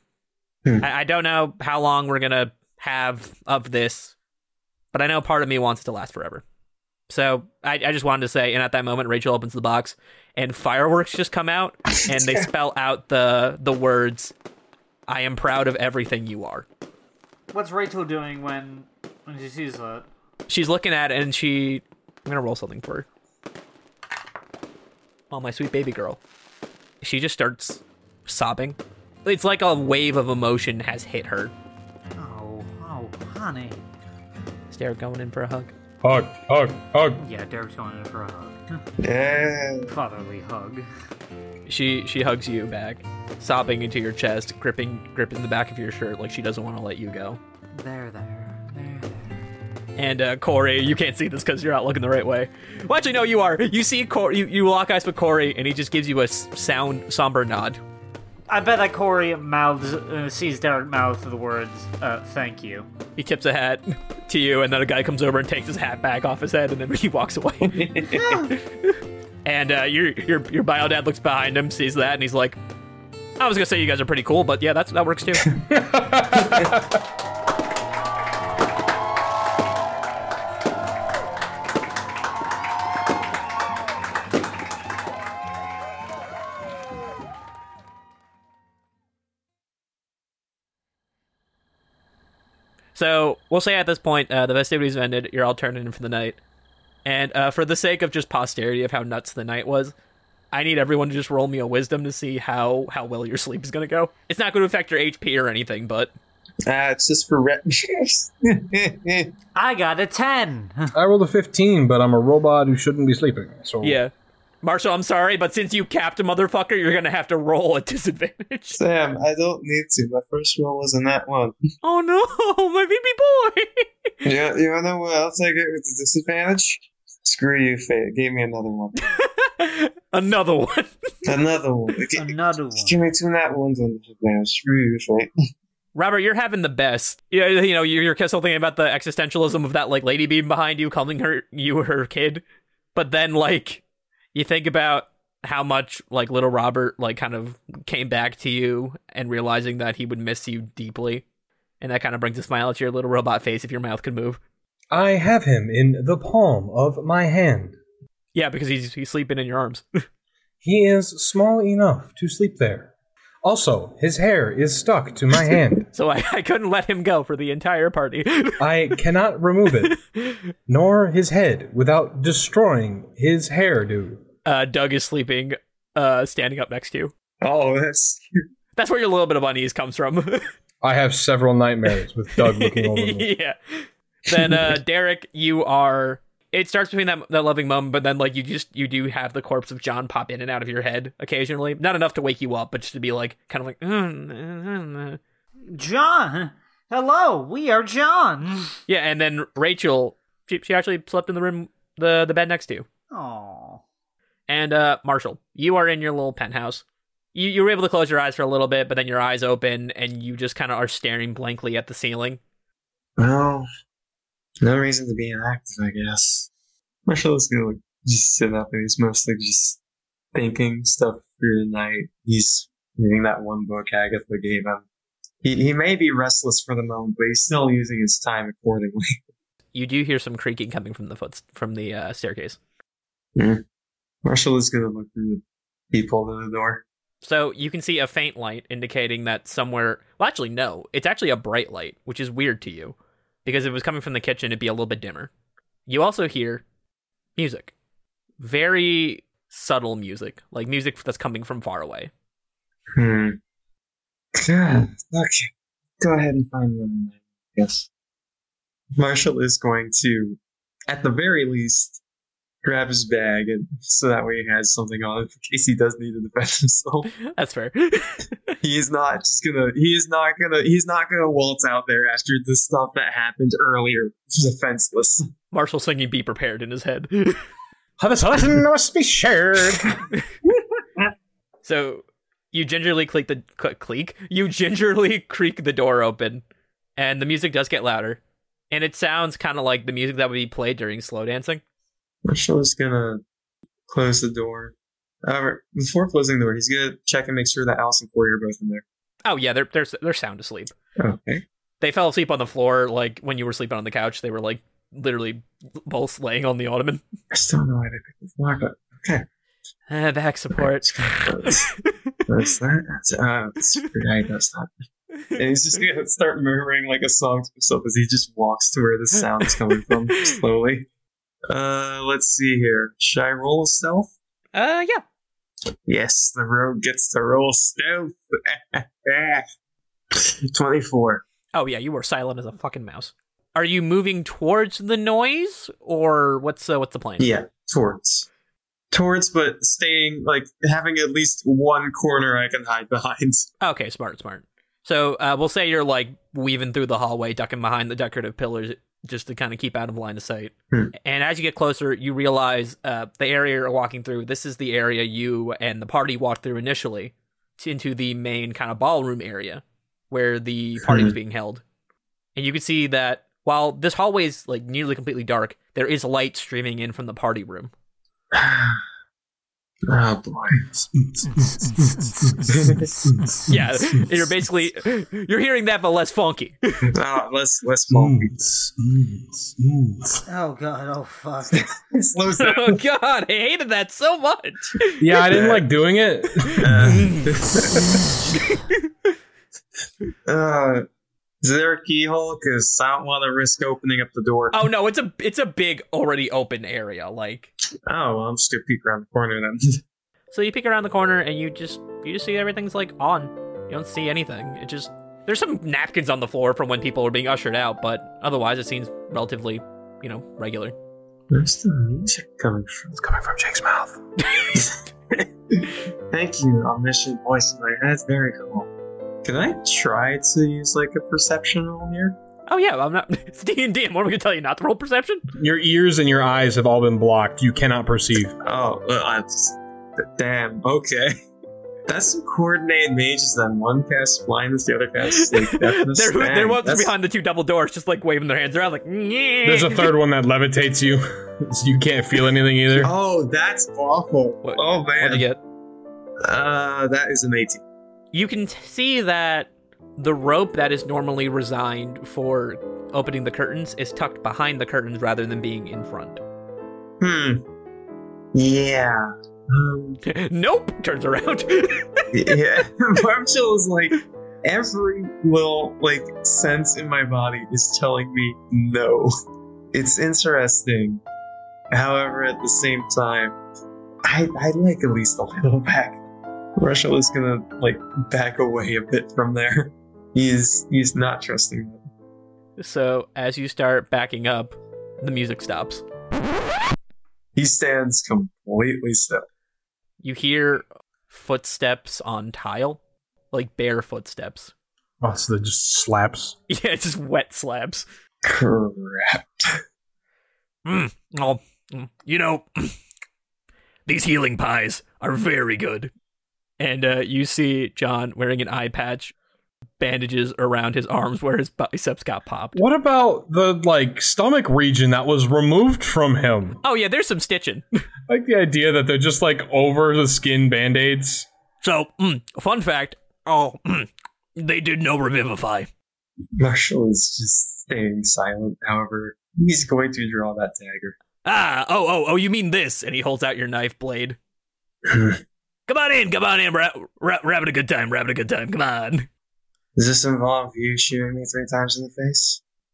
S5: Hmm.
S1: I, I don't know how long we're gonna have of this, but I know part of me wants it to last forever. So I, I just wanted to say, and at that moment, Rachel opens the box, and fireworks just come out, and they spell out the the words, "I am proud of everything you are."
S3: What's Rachel doing when when she sees that?
S1: she's looking at it and she I'm gonna roll something for her. Oh my sweet baby girl. She just starts sobbing. It's like a wave of emotion has hit her.
S3: Oh, oh, honey.
S1: Is Derek going in for a hug?
S6: Hug, hug, hug.
S3: Yeah, Derek's going in for a hug.
S5: Yeah.
S3: Fatherly hug.
S1: She she hugs you back, sobbing into your chest, gripping gripping the back of your shirt like she doesn't want to let you go.
S3: There, there, there, there.
S1: And uh, Corey, you can't see this because you're not looking the right way. Well, actually, no, you are. You see Corey, you, you lock eyes with Corey, and he just gives you a s- sound somber nod.
S3: I bet that Corey mouths uh, sees Derek mouth the words uh, "thank you."
S1: He tips a hat to you, and then a guy comes over and takes his hat back off his head, and then he walks away. and uh, your your your bio dad looks behind him, sees that, and he's like, "I was gonna say you guys are pretty cool, but yeah, that's that works too." So we'll say at this point, uh, the festivities have ended. You're all turned in for the night, and uh, for the sake of just posterity of how nuts the night was, I need everyone to just roll me a wisdom to see how how well your sleep is gonna go. It's not going to affect your HP or anything, but
S5: Ah, it's just for ret.
S3: I got a ten.
S4: I rolled a 15, but I'm a robot who shouldn't be sleeping. So
S1: yeah. Marshall, I'm sorry, but since you capped a motherfucker, you're gonna have to roll at disadvantage.
S5: Sam, I don't need to. My first roll wasn't that one.
S1: oh no, my baby boy.
S5: Yeah, you know what? I'll take it with the disadvantage. Screw you, fate. It gave me another one.
S1: Another one.
S5: Another one. It ga-
S3: Another one.
S5: it gave me two nat ones on disadvantage. Screw you, fate.
S1: Robert, you're having the best. You, you know, you're, you're still thinking about the existentialism of that like lady being behind you, calling her you her kid, but then like you think about how much like little Robert like kind of came back to you and realizing that he would miss you deeply, and that kind of brings a smile to your little robot face if your mouth could move.
S4: I have him in the palm of my hand.
S1: Yeah, because he's he's sleeping in your arms.
S4: He is small enough to sleep there. Also, his hair is stuck to my hand.
S1: so I, I couldn't let him go for the entire party.
S4: I cannot remove it, nor his head, without destroying his hairdo.
S1: uh, Doug is sleeping, uh, standing up next to you.
S5: Oh, that's
S1: That's where your little bit of unease comes from.
S4: I have several nightmares with Doug looking over me.
S1: yeah. Then uh Derek, you are it starts between that that loving mom, but then like you just you do have the corpse of John pop in and out of your head occasionally. Not enough to wake you up, but just to be like kind of like "Mm, mm, mm, mm."
S3: John, hello. We are John.
S1: Yeah, and then Rachel she, she actually slept in the room the the bed next to you.
S3: Aw.
S1: And uh Marshall, you are in your little penthouse. You you were able to close your eyes for a little bit, but then your eyes open and you just kind of are staring blankly at the ceiling.
S5: well. No reason to be inactive, I guess. Marshall is gonna like, just sit up and he's mostly just thinking stuff through the night. He's reading that one book Agatha gave him. He, he may be restless for the moment, but he's still using his time accordingly.
S1: You do hear some creaking coming from the foot from the uh, staircase.
S5: Marshall is going to look through the people to the door.
S1: So you can see a faint light indicating that somewhere. Well, actually, no. It's actually a bright light, which is weird to you because if it was coming from the kitchen. It'd be a little bit dimmer. You also hear music, very subtle music, like music that's coming from far away.
S5: Hmm. God, Hmm. okay. Go ahead and find one. Yes. Marshall is going to, at the very least, grab his bag and so that way he has something on him in case he does need to defend himself.
S1: That's fair.
S5: He is not just gonna. He is not gonna. He's not gonna waltz out there after the stuff that happened earlier. Defenseless.
S1: Marshall singing "Be Prepared" in his head.
S8: This lesson must be shared.
S1: So you gingerly click the cl- click. You gingerly creak the door open, and the music does get louder, and it sounds kind of like the music that would be played during slow dancing.
S5: Marshall is gonna close the door. However, before closing the door, he's gonna check and make sure that Alice and Corey are both in there.
S1: Oh yeah, they're they're they're sound asleep.
S5: Okay.
S1: They fell asleep on the floor, like when you were sleeping on the couch. They were like literally both laying on the ottoman.
S5: I still don't know why they picked this lock up.
S1: Uh, back support. Uh,
S5: That's, that's that. That's, uh, that's pretty, I that's not. And he's just gonna start murmuring like a song to himself as he just walks to where the sound is coming from slowly. Uh, let's see here. Should I roll stealth?
S1: Uh, yeah.
S5: Yes, the rogue gets to roll stealth. 24.
S1: Oh yeah, you were silent as a fucking mouse. Are you moving towards the noise, or what's uh, what's the plan?
S5: Yeah, towards. Towards, but staying, like, having at least one corner I can hide behind.
S1: Okay, smart, smart. So uh, we'll say you're like weaving through the hallway, ducking behind the decorative pillars just to kind of keep out of line of sight.
S5: Hmm.
S1: And as you get closer, you realize uh, the area you're walking through, this is the area you and the party walked through initially t- into the main kind of ballroom area where the party was being held. And you can see that while this hallway is like nearly completely dark, there is light streaming in from the party room.
S5: oh boy.
S1: Yeah, you're basically you're hearing that but less funky.
S5: Oh, less, less bulky.
S3: Oh god, oh fuck.
S5: Slows down.
S1: oh god, I hated that so much.
S6: Yeah, I didn't like doing it.
S5: Uh, is there a keyhole? Because I don't want to risk opening up the door.
S1: Oh no, it's a it's a big already open area. Like
S5: Oh, well, I'm just gonna peek around the corner then.
S1: so, you peek around the corner and you just you just see everything's like on. You don't see anything. It just there's some napkins on the floor from when people were being ushered out, but otherwise it seems relatively you know regular.
S5: Where's the music coming from? It's coming from Jake's mouth. Thank you, omniscient voice in my head. Very cool. Can I try to use like a perception roll here?
S1: Oh yeah, I'm not. It's D and D. What am I gonna tell you? Not to roll perception?
S6: Your ears and your eyes have all been blocked. You cannot perceive.
S5: Oh, well, I just- damn. Okay. That's some coordinated mages then. One cast blindness, the other casts like deafness.
S1: They're
S5: Dang,
S1: they're ones
S5: that's-
S1: behind the two double doors, just like waving their hands around, like yeah.
S6: There's a third one that levitates you, so you can't feel anything either.
S5: Oh, that's awful.
S1: What-
S5: oh
S1: What'd you
S5: man.
S1: get?
S5: Uh, that is an 18.
S1: you can t- see that the rope that is normally resigned for opening the curtains is tucked behind the curtains rather than being in front.
S5: Hmm. Yeah. Um,
S1: nope, turns around.
S5: yeah, Marshall is like every little like sense in my body is telling me no. It's interesting. However, at the same time, I I like at least a little back. Marshall is gonna like back away a bit from there. He's he's not trusting them.
S1: so, as you start backing up, the music stops.
S5: He stands completely still.
S1: You hear footsteps on tile, like bare footsteps.
S8: Oh, so that just slaps.
S1: Yeah, it's just wet slabs.
S5: Crap.
S1: Oh, mm, you know, these healing pies are very good. And uh, you see John wearing an eye patch bandages around his arms where his biceps got popped.
S6: What about the like stomach region that was removed from him?
S1: Oh yeah, there's some stitching.
S6: I like the idea that they're just like over the skin band-aids.
S1: So, mm, fun fact. Oh, they did no revivify.
S5: Marshall is just staying silent, however. He's going to draw that dagger.
S1: Ah, oh, oh, oh, you mean this? And he holds out your knife blade. come on in, come on in. We're, we're, we're having a good time. We're having a good time. Come on.
S5: Does this involve you shooting me three times in the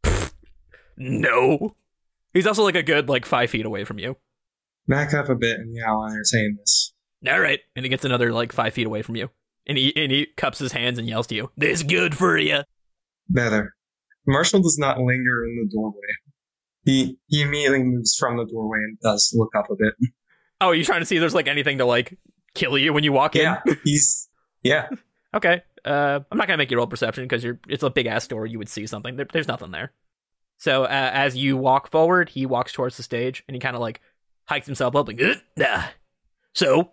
S5: face?
S1: No. He's also like a good like five feet away from you.
S5: Back up a bit and yeah, I'll entertain this.
S1: All right, and he gets another like five feet away from you, and he and he cups his hands and yells to you, "This good for you."
S5: Better. Marshall does not linger in the doorway. He he immediately moves from the doorway and does look up a bit.
S1: Oh, you trying to see if there's like anything to like kill you when you walk
S5: Yeah,
S1: in?
S5: he's yeah.
S1: Okay. Uh, I'm not gonna make you roll perception because you're it's a big ass door. You would see something. There, there's nothing there. So uh, as you walk forward, he walks towards the stage and he kind of like hikes himself up like, "Ugh, nah. So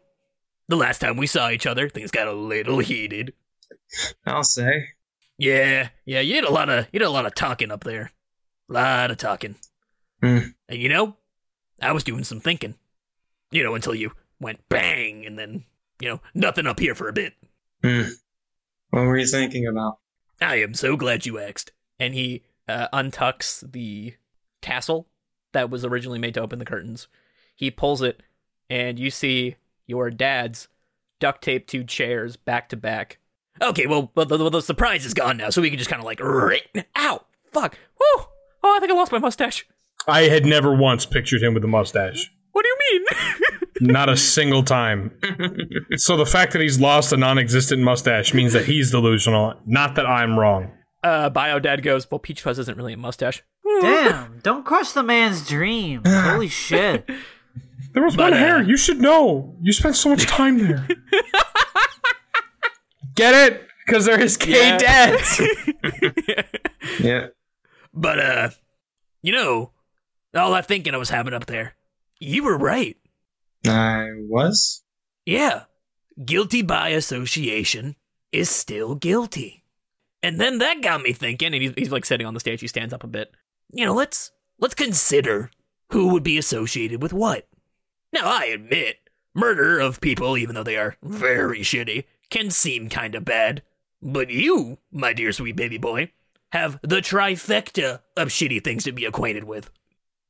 S1: the last time we saw each other, things got a little heated.
S5: I'll say.
S1: Yeah, yeah. You did a lot of you did a lot of talking up there. A lot of talking.
S5: Hmm.
S1: And you know, I was doing some thinking. You know, until you went bang, and then you know nothing up here for a bit.
S5: Hmm. What were you thinking about?
S1: I am so glad you asked. And he uh, untucks the tassel that was originally made to open the curtains. He pulls it, and you see your dad's duct taped two chairs back to back. Okay, well, well, the, well, the surprise is gone now, so we can just kind of like, ow, fuck, woo, oh, I think I lost my mustache.
S6: I had never once pictured him with a mustache.
S1: What do you mean?
S6: Not a single time. so the fact that he's lost a non-existent mustache means that he's delusional, not that I'm wrong.
S1: uh, Bio Dad goes, well, Peach Fuzz isn't really a mustache.
S3: Damn, don't crush the man's dream. Holy shit.
S6: There was
S1: But,
S6: one
S1: uh,
S6: hair. You should know. You spent so much time there. Get it? Because there is K
S1: Yeah.
S6: dads.
S5: Yeah.
S1: But uh you know, all that thinking I was having up there. You were right.
S5: I was?
S1: Yeah. Guilty by association is still guilty. And then that got me thinking, and he's, he's like sitting on the stage, he stands up a bit. You know, let's let's consider who would be associated with what. Now I admit, murder of people, even though they are very shitty, can seem kinda bad. But you, my dear sweet baby boy, have the trifecta of shitty things to be acquainted with.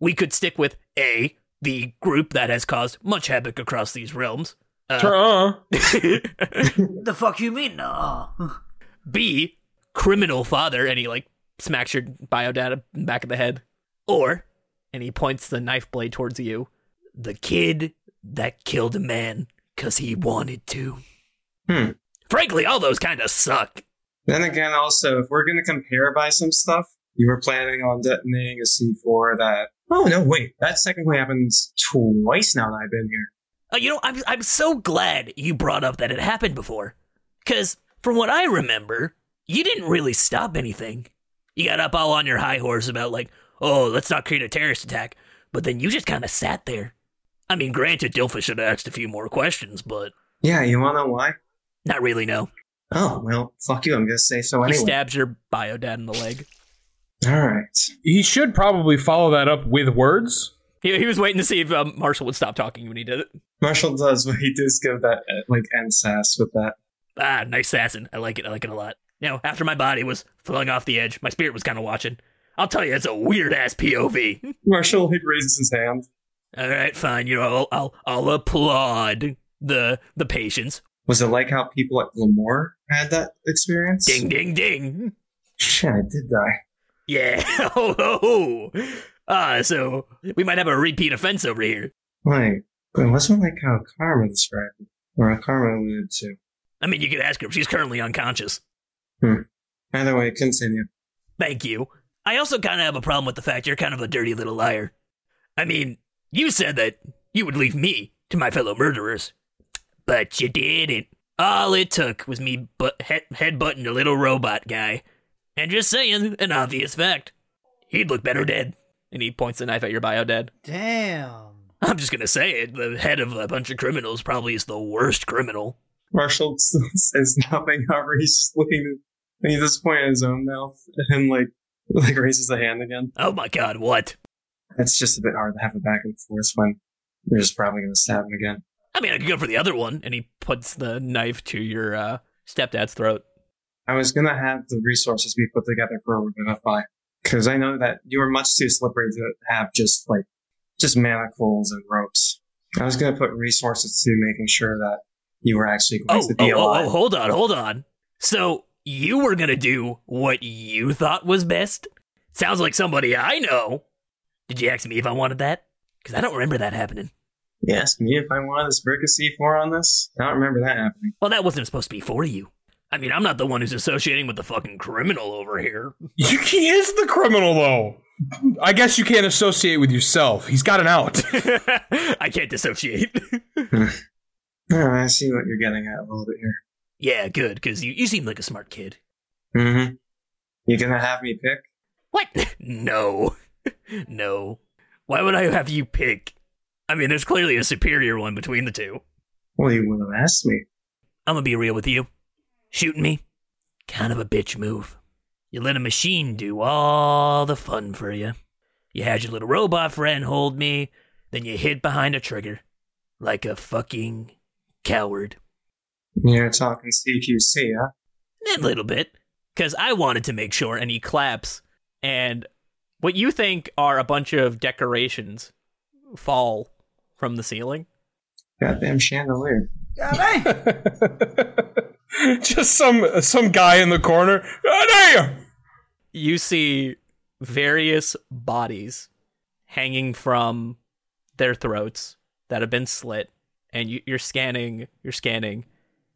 S1: We could stick with A, the group that has caused much havoc across these realms.
S6: Uh-uh.
S3: the fuck you mean? No.
S1: B, criminal father, and he like smacks your bio dad in the back of the head. Or, and he points the knife blade towards you, the kid that killed a man because he wanted to.
S5: Hmm.
S1: Frankly, all those kind of suck.
S5: Then again, also, if we're going to compare by some stuff, you were planning on detonating a C4 that. Oh, no, wait. That technically happened twice now that I've been here.
S1: Uh, you know, I'm I'm so glad you brought up that it happened before, because from what I remember, you didn't really stop anything. You got up all on your high horse about like, oh, let's not create a terrorist attack, but then you just kind of sat there. I mean, granted, Dilfa should have asked a few more questions, but
S5: Yeah, you want to know why?
S1: not really. No,
S5: Oh, well, fuck you. I'm going to say so anyway.
S1: stabs your bio dad in the leg.
S5: All right.
S6: He should probably follow that up with words.
S1: He, he was waiting to see if um, Marshall would stop talking when he did it.
S5: Marshall does, but he does give that, uh, like, end sass with that.
S1: Ah, nice assassin. I like it. I like it a lot. Now, after my body was flung off the edge, my spirit was kind of watching. I'll tell you, it's a weird ass POV.
S5: Marshall, he raises his hand.
S1: All right, fine. You know, I'll, I'll I'll applaud the the patience.
S5: Was it like how people at Glamour had that experience?
S1: Ding, ding, ding.
S5: Shit, I did die.
S1: Yeah. Oh, oh, oh. Ah, so we might have a repeat offense over here.
S5: Wait, it wasn't like how Karma described it, or how Karma alluded to.
S1: I mean, you could ask her. She's currently unconscious.
S5: Either way, continue.
S1: Thank you. I also kind of have a problem with the fact you're kind of a dirty little liar. I mean, you said that you would leave me to my fellow murderers, but you didn't. All it took was me but- head- headbutting a little robot guy, and just saying an obvious fact. He'd look better dead. And he points the knife at your bio dad.
S3: Damn.
S1: I'm just gonna say it. The head of a bunch of criminals probably is the worst criminal.
S5: Marshall still says nothing, however, he's just looking And he does point at his own mouth and like like raises the hand again.
S1: Oh my god, what?
S5: It's just a bit hard to have a back and forth when you're just probably gonna stab him again.
S1: I mean, I could go for the other one. And he puts the knife to your uh, stepdad's throat.
S5: I was gonna have the resources be put together for Rebecca Fi because I know that you were much too slippery to have just like just manacles and ropes. I was gonna put resources to making sure that you were actually going
S1: Oh,
S5: to
S1: oh,
S5: be
S1: oh,
S5: alive.
S1: oh, hold on, hold on. So you were gonna do what you thought was best? Sounds like somebody I know. Did you ask me if I wanted that? Because I don't remember that happening.
S5: You asked me if I wanted this brick of C4 on this. I don't remember that happening.
S1: Well, that wasn't supposed to be for you. I mean, I'm not the one who's associating with the fucking criminal over here.
S6: You, he is the criminal, though. I guess you can't associate with yourself. He's got an out.
S1: I can't dissociate.
S5: Oh, I see what you're getting at a little bit here.
S1: yeah, good, because you, you seem like a smart kid.
S5: Mm-hmm. You gonna have me pick?
S1: What? no. no. Why would I have you pick? I mean, there's clearly a superior one between the two.
S5: Well, you would have asked me.
S1: I'm gonna be real with you. Shooting me? Kind of a bitch move. You let a machine do all the fun for you. You had your little robot friend hold me, then you hid behind a trigger. Like a fucking coward.
S5: You're talking CQC, huh?
S1: A little bit. Because I wanted to make sure, and he claps. And what you think are a bunch of decorations fall from the ceiling.
S5: Goddamn chandelier.
S6: Just some some guy in the corner. Oh, there
S1: you see various bodies hanging from their throats that have been slit and you, you're scanning you're scanning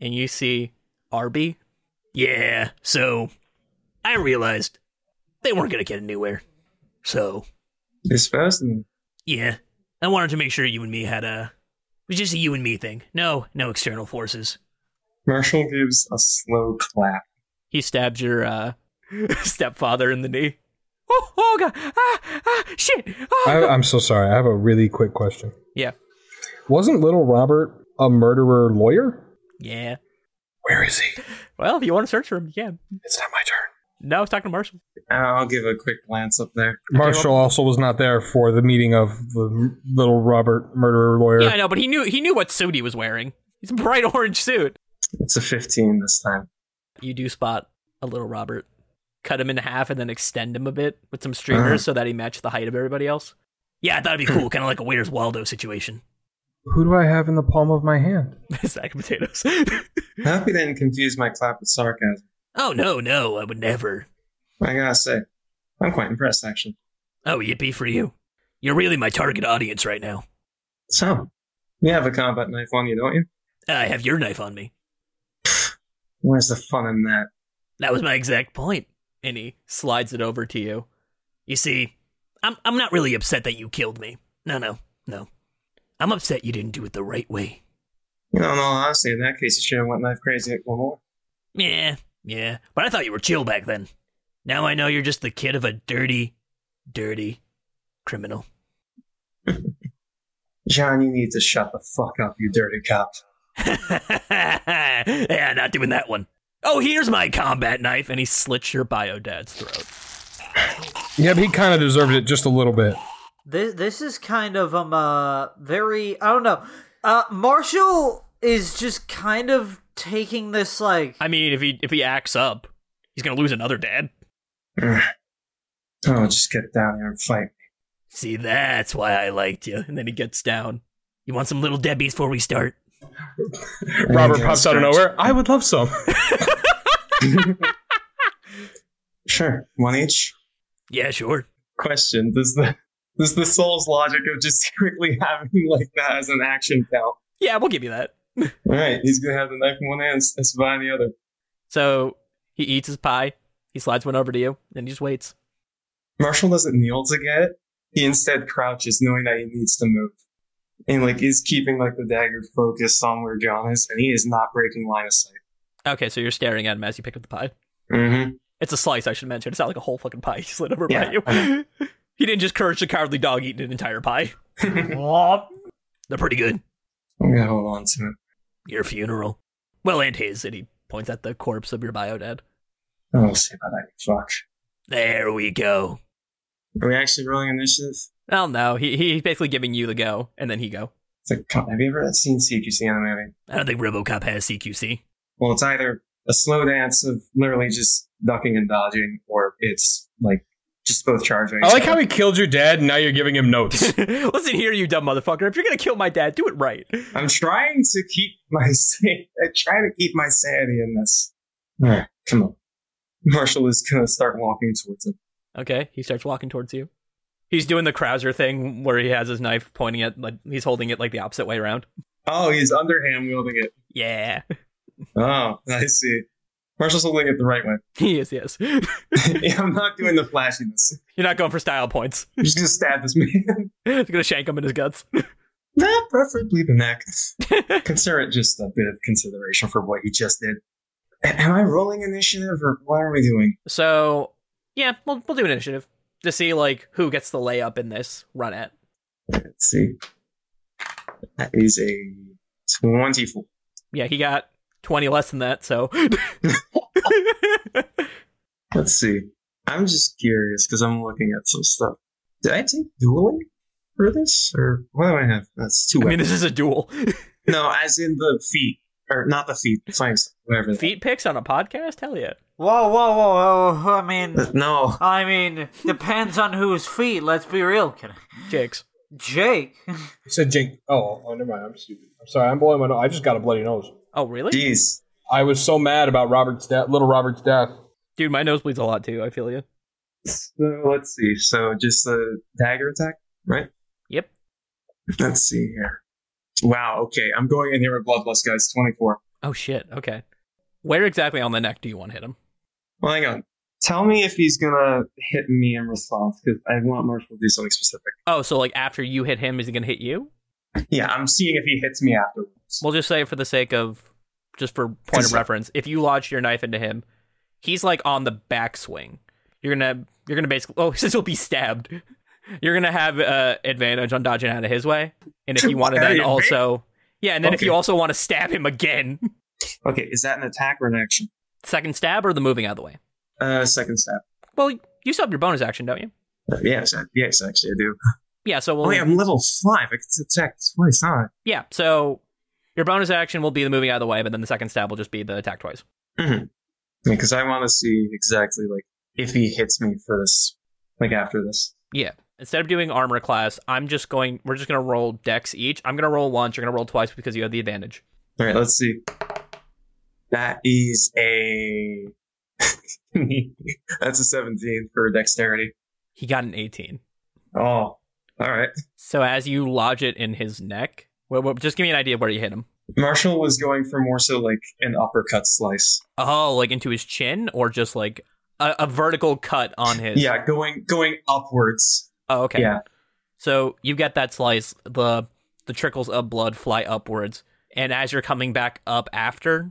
S1: and you see arby yeah so i realized they weren't going to get anywhere so
S5: Disposed of them.
S1: yeah i wanted to make sure you and me had a it was just a you and me thing no no external forces
S5: Marshall gives a slow clap.
S1: he stabs your uh stepfather in the knee oh, oh god ah, ah, shit oh,
S4: I, I'm so sorry. I have a really quick question.
S1: Yeah.
S4: Wasn't little Robert a murderer lawyer?
S1: Yeah.
S4: Where is he?
S1: Well, if you want to search for him, you can.
S4: It's not my turn.
S1: No, I was talking to Marshall.
S5: Uh, I'll give a quick glance up there.
S4: Marshall also was not there for the meeting of the little Robert murderer lawyer.
S1: Yeah, I know, but he knew he knew what suit he was wearing. It's a bright orange suit.
S5: It's a 15 this time.
S1: You do spot a little Robert. Cut him in half and then extend him a bit with some streamers
S4: Uh-huh.
S1: so that he matched the height of everybody else. Yeah, I thought it'd be cool, kind of like a Where's Waldo situation.
S4: Who do I have in the palm of my hand?
S1: Sack of potatoes.
S5: I hope you didn't confuse my clap with sarcasm.
S1: oh no, no, I would never.
S5: I gotta say, I'm quite impressed, actually.
S1: Oh, yippee for you. You're really my target audience right now.
S5: So, you have a combat knife on you, don't you?
S1: I have your knife on me.
S5: Where's the fun in that?
S1: That was my exact point. And he slides it over to you. You see, I'm I'm not really upset that you killed me. No, no, no. I'm upset you didn't do it the right way.
S5: You know, in all honesty, in that case, you should have went knife crazy at one more.
S1: Yeah, yeah. But I thought you were chill back then. Now I know you're just the kid of a dirty, dirty criminal.
S5: John, you need to shut the fuck up, you dirty cop.
S1: yeah, not doing that one. Oh, here's my combat knife, and he slits your bio dad's throat.
S4: Yeah, but he kind of deserved it just a little bit.
S3: This this is kind of um uh very I don't know. Uh Marshall is just kind of taking this like
S1: I mean, if he if he acts up, he's gonna lose another dad.
S5: Oh, just get down here and fight.
S1: See, that's why I liked you. And then he gets down. You want some little Debbie's before we start?
S6: you are. Robert
S5: Okay,
S6: pops out of
S5: stretch.
S6: nowhere. I would love some.
S5: Sure, one each.
S1: Yeah, sure.
S5: Question: Does the does the soul's logic of just quickly having like that as an action count?
S1: Yeah, we'll give you that.
S5: All right, he's gonna have the knife in one hand, and s- spy in the other.
S1: So he eats his pie. He slides one over to you, and he just waits.
S5: Marshall doesn't kneel to get it. He instead crouches, knowing that he needs to move, and like is keeping like the dagger focused on where John is, and he is not breaking line of sight.
S1: Okay, so you're staring at him as you pick up the pie.
S5: Mm-hmm.
S1: It's a slice, I should mention. It's not like a whole fucking pie he slid over
S5: Yeah,
S1: by you. he didn't just courage the cowardly dog eating an entire pie. They're pretty good.
S5: I'm gonna hold on to it.
S1: Your funeral. Well, and his, and he points at the corpse of your bio dad.
S5: Oh, we'll see about that. Fuck.
S1: There we go.
S5: Are we actually rolling initiative?
S1: Well, no, he he's basically giving you the go, and then he go.
S5: It's like, God, have you ever seen CQC in a movie?
S1: I don't think RoboCop has CQC.
S5: Well, it's either a slow dance of literally just ducking and dodging, or it's like just both charging.
S6: I like how he killed your dad and now you're giving him notes.
S1: Listen here, you dumb motherfucker. If you're gonna kill my dad, do it right.
S5: I'm trying to keep my sa- I try to keep my sanity in this. All right, come on. Marshall is gonna start walking towards him.
S1: Okay, he starts walking towards you. He's doing the Krauser thing where he has his knife pointing at like he's holding it like the opposite way around.
S5: Oh, he's underhand wielding it.
S1: Yeah,
S5: Oh, I see. Marshall's holding it the right way.
S1: he is. Yes, you're
S5: yeah, I'm not doing the flashiness.
S1: not going for style points.
S5: I'm just gonna stab this man.
S1: He's gonna shank him in his guts.
S5: nah, preferably the neck. Consider it just a bit of consideration for what he just did. A- am I rolling initiative or what are we doing?
S1: So yeah, we'll we'll do an initiative to see like who gets the layup in this run at.
S5: Let's see. That is a 24.
S1: Yeah, he got twenty less than that. So
S5: Let's see. I'm just curious because I'm looking at some stuff. Did I take dueling for this? Or what do I have? That's two
S1: I mean,
S5: weapons.
S1: this is a duel.
S5: no, as in the feet. Or not the feet, the flanks, whatever.
S1: Feet picks on a podcast? Hell yeah.
S3: Whoa, whoa, whoa, whoa! I mean,
S5: Uh, No.
S3: I mean, depends on whose feet. Let's be real, Can I-
S1: Jake's.
S3: Jake.
S8: You said Jink. Oh, oh, never mind. I'm stupid. I'm sorry. I'm blowing my nose. I just got a bloody nose.
S1: Oh really?
S5: Jeez.
S8: I was so mad about Robert's death, little Robert's death.
S1: Dude, my nose bleeds a lot too. I feel you.
S5: So let's see. So just the dagger attack, right?
S1: Yep.
S5: Let's see here. Wow. Okay. I'm going in here with Bloodlust, guys. 24.
S1: Oh shit. Okay. Where exactly on the neck do you want to hit him?
S5: Well, hang on. Tell me if he's gonna hit me in response because I want Marshall to do something specific.
S1: Oh, so like after you hit him, is he gonna hit you?
S5: Yeah, I'm seeing if he hits me afterwards.
S1: We'll just say for the sake of, just for point of
S5: Cause-
S1: reference, if you lodge your knife into him, he's like on the backswing. You're gonna you're gonna basically oh since he'll be stabbed, you're gonna have uh, advantage on dodging out of his way, and if you want to
S5: Okay,
S1: then
S5: man.
S1: also yeah, and then if
S5: Okay.
S1: you also want to stab him again,
S5: Okay, is that an attack or an action?
S1: second stab or the moving out of the way.
S5: Uh, second step.
S1: Well, you still have your bonus action, don't you?
S5: Uh, yes, I- yes, actually I do.
S1: Yeah. So we'll
S5: Oh, yeah, I'm level five. I can attack twice, huh?
S1: Yeah, so your bonus action will be the moving out of the way, but then the second stab will just be the attack twice.
S5: Because I want to see exactly like if he hits me for this, like after this.
S1: Instead of doing armor class, I'm just going. We're just gonna roll dex each. I'm gonna roll once. You're gonna roll twice because you have the advantage.
S5: All right, let's see. That is a. That's a 17 for dexterity.
S1: He got an 18.
S5: Oh, all right.
S1: So as you lodge it in his neck, well, well, just give me an idea of where you hit him.
S5: Marshall was going for more so like an uppercut slice.
S1: Oh, like into his chin, or just like a, a vertical cut on his.
S5: Yeah, going going upwards.
S1: Oh, okay.
S5: Yeah.
S1: So you've got that slice. The the trickles of blood fly upwards, and as you're coming back up after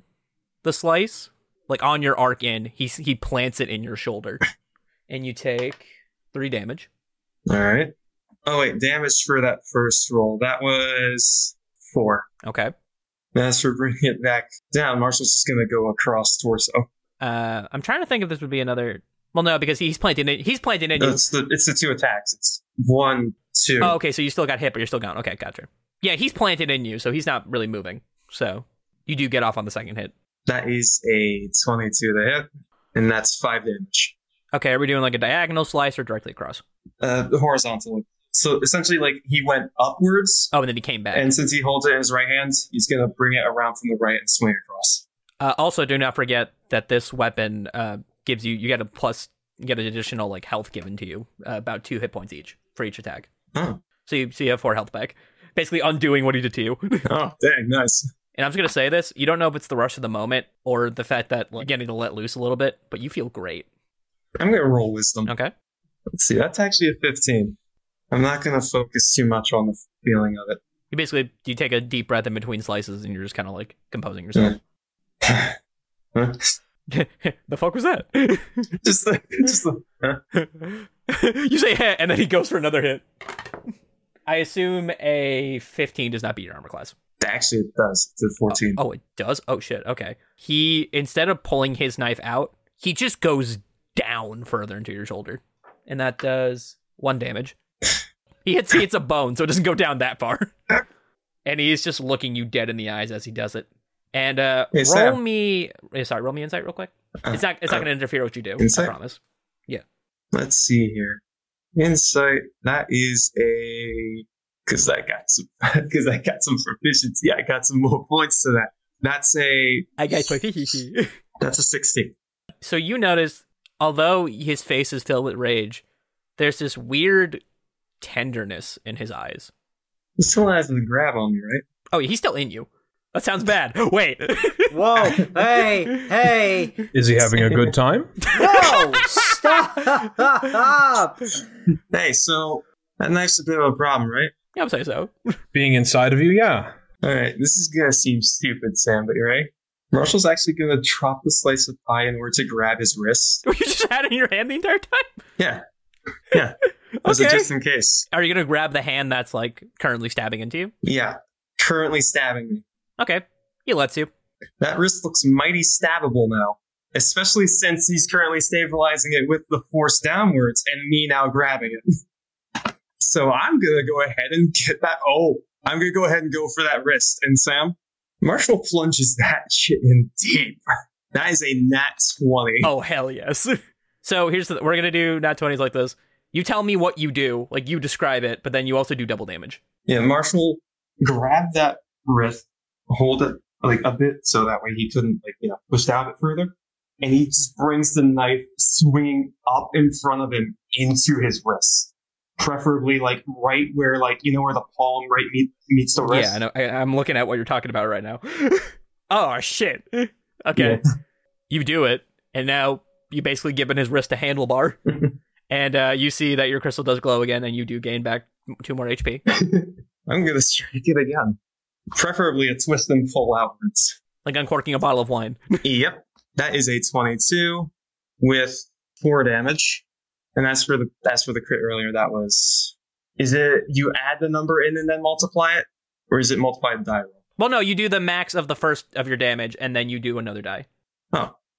S1: the slice, like on your arc in, he s- he plants it in your shoulder, and you take three damage.
S5: All right. Oh wait, damage for that first roll. That was four.
S1: Okay.
S5: That's for bringing it back down. Marshall's just gonna go across oh, torso.
S1: Uh, I'm trying to think if this would be another. Well, no, because he's planting it. He's planting it.
S5: It's the it's the two attacks. It's one, two.
S1: Oh, okay. So you still got hit, but you're still gone. Okay, gotcha. Yeah, he's planted in you, so he's not really moving. So you do get off on the second hit.
S5: That is a twenty-two to hit, and that's five damage.
S1: Okay, are we doing like a diagonal slice or directly across?
S5: Uh, horizontal. So essentially, like he went upwards,
S1: Oh, and then he came back.
S5: and since he holds it in his right hand, he's gonna bring it around from the right and swing across.
S1: Uh, also, do not forget that this weapon uh, gives you you get a plus you get an additional like health given to you uh, about two hit points each for each attack.
S5: Oh.
S1: So you so you have four health back, basically undoing what he did to you. and
S5: Oh, dang, nice.
S1: I'm just gonna say this: you don't know if it's the rush of the moment or the fact that like, you're getting to let loose a little bit, but you feel great.
S5: I'm gonna roll wisdom.
S1: Okay,
S5: Let's see. That's actually a 15. I'm not gonna focus too much on the feeling of it.
S1: you basically you take a deep breath in between slices and you're just kind of like composing yourself.
S5: Huh?
S1: the fuck was that?
S5: just the, just the, huh?
S1: you say hit, and then he goes for another hit. I assume a 15 does not beat your armor class.
S5: Actually, it does. It's a 14.
S1: Oh, it does? Oh, shit. Okay. He, instead of pulling his knife out, he just goes down further into your shoulder, and that does one damage. he hits he hits a bone, so it doesn't go down that far. and he is just looking you dead in the eyes as he does it. And uh,
S5: Hey,
S1: roll
S5: Sam.
S1: me, eh, sorry, roll me insight real quick.
S5: Uh,
S1: It's not it's not
S5: uh,
S1: going to interfere with what you do.
S5: insight?
S1: I promise.
S5: Let's see here. Insight. That is a because I got some because I got some proficiency. I got some more points to that. That's a
S1: I got my
S5: that's a sixteen.
S1: so you notice, although his face is filled with rage, there's this weird tenderness in his eyes.
S5: He still has the grab on me, right?
S1: Oh, he's still in you. That sounds bad. Wait.
S3: Whoa! hey! Hey!
S4: Is he having a good time?
S3: Whoa! Stop!
S5: Hey, so that knife's a bit of a problem, right?
S1: yeah, I'm saying so.
S4: Being inside of you, yeah.
S5: All right, this is gonna seem stupid, Sam, but you're right. Marshall's actually gonna drop the slice of pie in order to grab his wrist.
S1: You just had it in your hand the entire time.
S5: Yeah, yeah. Those
S1: Okay.
S5: are just in case.
S1: Are you gonna grab the hand that's like currently stabbing into you?
S5: Yeah, currently stabbing me.
S1: Okay, he lets you.
S5: That wrist looks mighty stabbable now, especially since he's currently stabilizing it with the force downwards and me now grabbing it. so I'm gonna go ahead and get that. Oh, I'm gonna go ahead and go for that wrist. And Sam, Marshall plunges that shit in deep. That is a nat 20.
S1: Oh hell yes. so here's the, we're gonna do not twenties like this. You tell me what you do, like you describe it, but then you also do double damage.
S5: Yeah, Marshall grabbed that wrist, hold it like a bit so that way he couldn't like you know push down it further, and he just brings the knife swinging up in front of him into his wrist, preferably like right where like you know where the palm right meet, meets the wrist.
S1: Yeah, I know. I, I'm looking at what you're talking about right now. oh shit. Okay, you do it, and now you basically given his wrist a handlebar, and uh, you see that your crystal does glow again, and you do gain back two more HP.
S5: I'm gonna strike it again, preferably a twist and pull outwards.
S1: like uncorking a bottle of wine.
S5: yep, that is a 22 with four damage, and that's for the that's for the crit earlier. That was is it you add the number in and then multiply it, or is it multiply the die roll?
S1: Well, no, you do the max of the first of your damage, and then you do another die.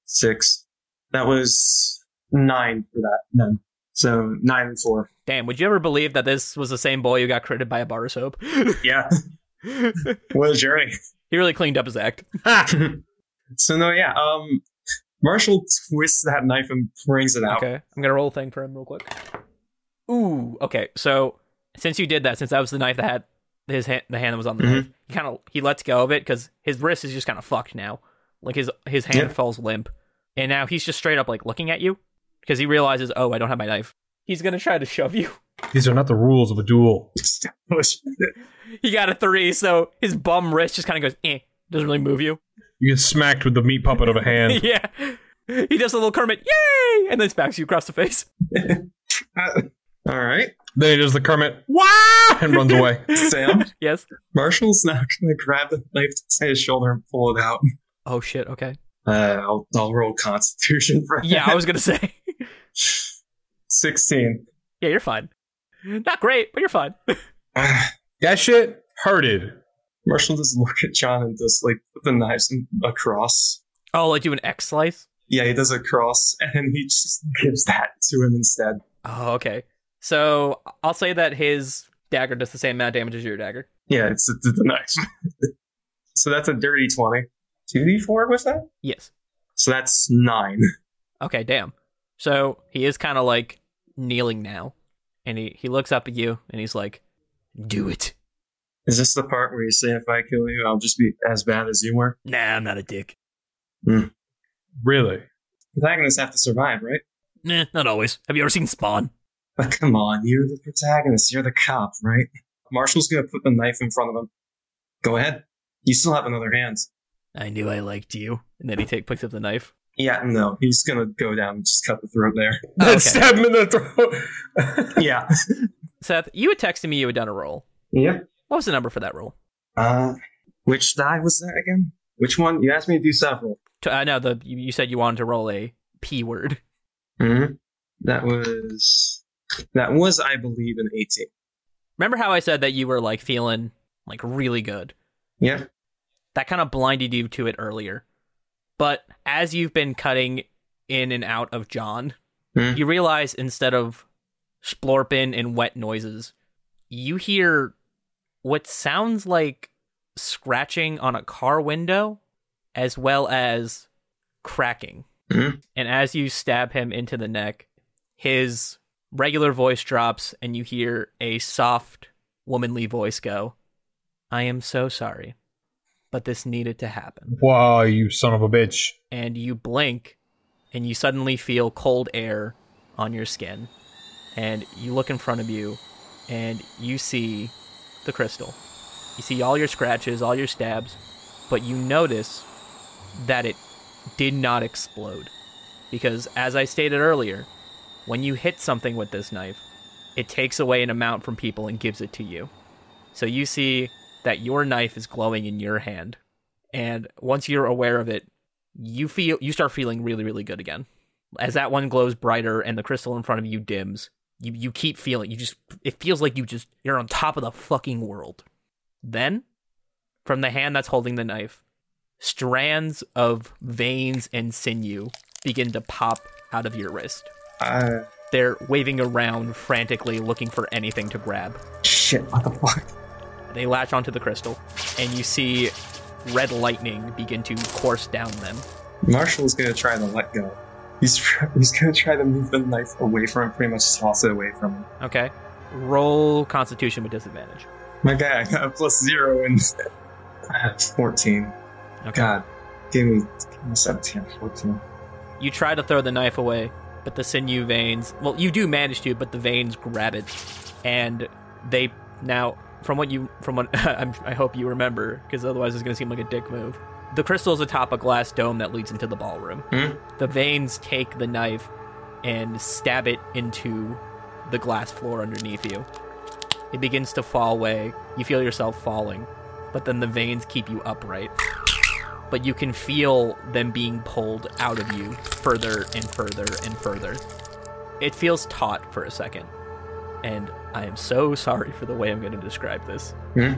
S5: Six. That was nine for that. Nine. So nine and four.
S1: Damn, would you ever believe that this was the same boy who got critted by a bar of soap?
S5: Yeah,
S1: he
S5: what a journey.
S1: really cleaned up his act.
S5: so no, yeah. Um, Marshall twists that knife and brings it out.
S1: Okay, I'm gonna roll a thing for him real quick. Ooh, okay. So since you did that, since that was the knife that had his hand, the hand that was on the
S5: Mhm.
S1: knife, he kind of he lets go of it because his wrist is just kind of fucked now. Like his his hand
S5: Yeah.
S1: falls limp, and now he's just straight up like looking at you because he realizes, oh, I don't have my knife. He's gonna try to shove you.
S4: These are not the rules of a duel.
S1: He got a three, so his bum wrist just kind of goes, eh, doesn't really move you.
S4: You get smacked with the meat puppet of a hand.
S1: yeah. He does a little Kermit, yay! And then smacks you across the face.
S5: All right,
S4: then he does the Kermit, wah, and runs away.
S5: Sam.
S1: Yes.
S5: Marshall's now gonna grab the knife to his shoulder and pull it out.
S1: Oh shit, okay.
S5: Uh, I'll, I'll roll Constitution for
S1: Yeah, I
S5: that.
S1: was gonna say.
S5: sixteen.
S1: yeah, you're fine. Not great, but you're fine.
S5: Ah,
S4: That shit hurted.
S5: Marshall just look at John and just like put the knives in a cross.
S1: Oh, like do an X slice?
S5: Yeah, he does a cross, and he just gives that to him instead.
S1: Oh, okay. So I'll say that his dagger does the same amount of damage as your dagger.
S5: Yeah, it's the, the knife. so that's a dirty twenty. Two d four with that.
S1: Yes.
S5: So that's nine.
S1: Okay, damn. So he is kind of like kneeling now, and he, he looks up at you and he's like, Do it.
S5: Is this the part where you say if I kill you, I'll just be as bad as you were?
S7: Nah, I'm not a dick.
S4: Really?
S5: Protagonists have to survive, right?
S7: Nah, not always. Have you ever seen Spawn?
S5: But come on, you're the protagonist. You're the cop, right? Marshall's gonna put the knife in front of him. Go ahead. You still have another hand.
S7: I knew I liked you.
S1: And then he take, picks up the knife.
S5: Yeah, no, he's gonna go down and just cut the throat there.
S1: Oh,
S6: That
S1: okay.
S6: stab him in the throat.
S5: yeah.
S1: Seth, you had texted me you had done a roll.
S5: Yep.
S1: What was the number for that roll?
S5: Uh, which die was that again? Which one? You asked me to do several.
S1: T- Uh, no, the you, you said you wanted to roll a p word.
S5: Mm-hmm. That was that was, I believe, an eighteen.
S1: Remember how I said that you were like feeling like really good?
S5: Yep.
S1: That kind of blinded you to it earlier. But as you've been cutting in and out of John,
S9: Hmm.
S1: you realize instead of splorping and wet noises, you hear what sounds like scratching on a car window as well as cracking.
S9: Hmm.
S1: And as you stab him into the neck, his regular voice drops and you hear a soft, womanly voice go, I am so sorry, but this needed to happen.
S6: Wow, you son of a bitch.
S1: And you blink and you suddenly feel cold air on your skin. And you look in front of you and you see the crystal. You see all your scratches, all your stabs, but you notice that it did not explode. Because, as I stated earlier, when you hit something with this knife, it takes away an amount from people and gives it to you. So you see that your knife is glowing in your hand. And once you're aware of it, you feel you start feeling really, really good again. As that one glows brighter and the crystal in front of you dims, you, you keep feeling you just it feels like you just you're on top of the fucking world. Then, from the hand that's holding the knife, strands of veins and sinew begin to pop out of your wrist.
S9: Uh,
S1: They're waving around frantically looking for anything to grab.
S9: shit, what the fuck?
S1: They latch onto the crystal, and you see red lightning begin to course down them.
S9: Marshall's gonna try to let go. He's, tr- he's gonna try to move the knife away from him, pretty much toss it away from him.
S1: Okay. Roll Constitution with disadvantage.
S9: My guy, I got a plus zero and uh, 14.
S1: Okay.
S9: God, give me, give me 17, 14.
S1: You try to throw the knife away, but the sinew veins. Well, you do manage to, but the veins grab it, and they now. From what you, from what I'm, I hope you remember, because otherwise it's going to seem like a dick move. The crystal is atop a glass dome that leads into the ballroom.
S9: Hmm.
S1: The veins take the knife and stab it into the glass floor underneath you. It begins to fall away. You feel yourself falling, but then the veins keep you upright but you can feel them being pulled out of you further and further and further. It feels taut for a second, and I am so sorry for the way I'm going to describe this.
S9: Hmm?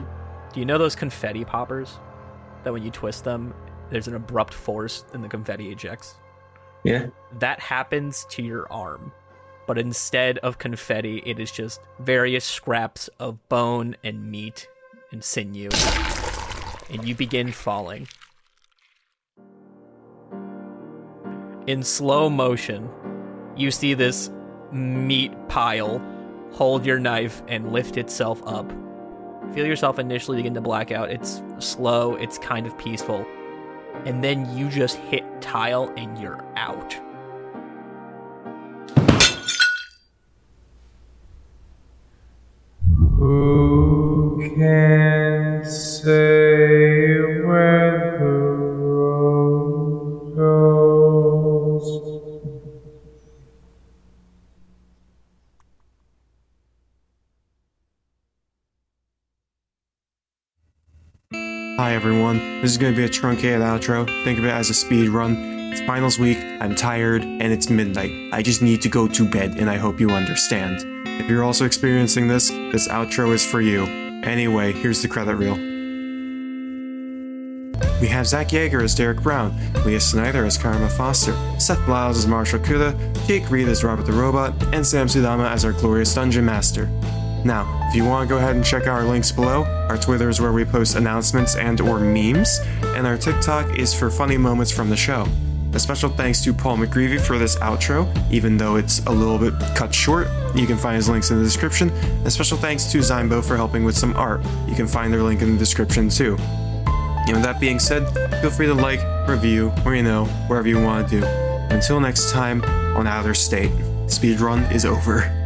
S1: Do you know those confetti poppers? That when you twist them, there's an abrupt force and the confetti ejects?
S9: Yeah.
S1: That happens to your arm, but instead of confetti, it is just various scraps of bone and meat and sinew, and you begin falling. in slow motion, you see this meat pile hold your knife and lift itself up. Feel yourself initially begin to black out. It's slow, it's kind of peaceful. And then you just hit tile and you're out.
S9: Hi everyone, this is going to be a truncated outro. Think of it as a speed run. It's finals week, I'm tired, and it's midnight. I just need to go to bed, and I hope you understand. If you're also experiencing this, this outro is for you. Anyway, here's the credit reel. We have Zach Yeager as Derek Brown, Leah Snyder as Karma Foster, Seth Lyles as Marshall Kuda, Jake Reed as Robert the Robot, and Sam Sudama as our glorious Dungeon Master. Now, if you want to go ahead and check out our links below, our Twitter is where we post announcements and or memes, and our TikTok is for funny moments from the show. A special thanks to Paul McGreevy for this outro, even though it's a little bit cut short. You can find his links in the description. A special thanks to Zimbo for helping with some art. You can find their link in the description too. And with that being said, feel free to like, review, or you know, wherever you want to do. Until next time, on Outer State, speedrun is over.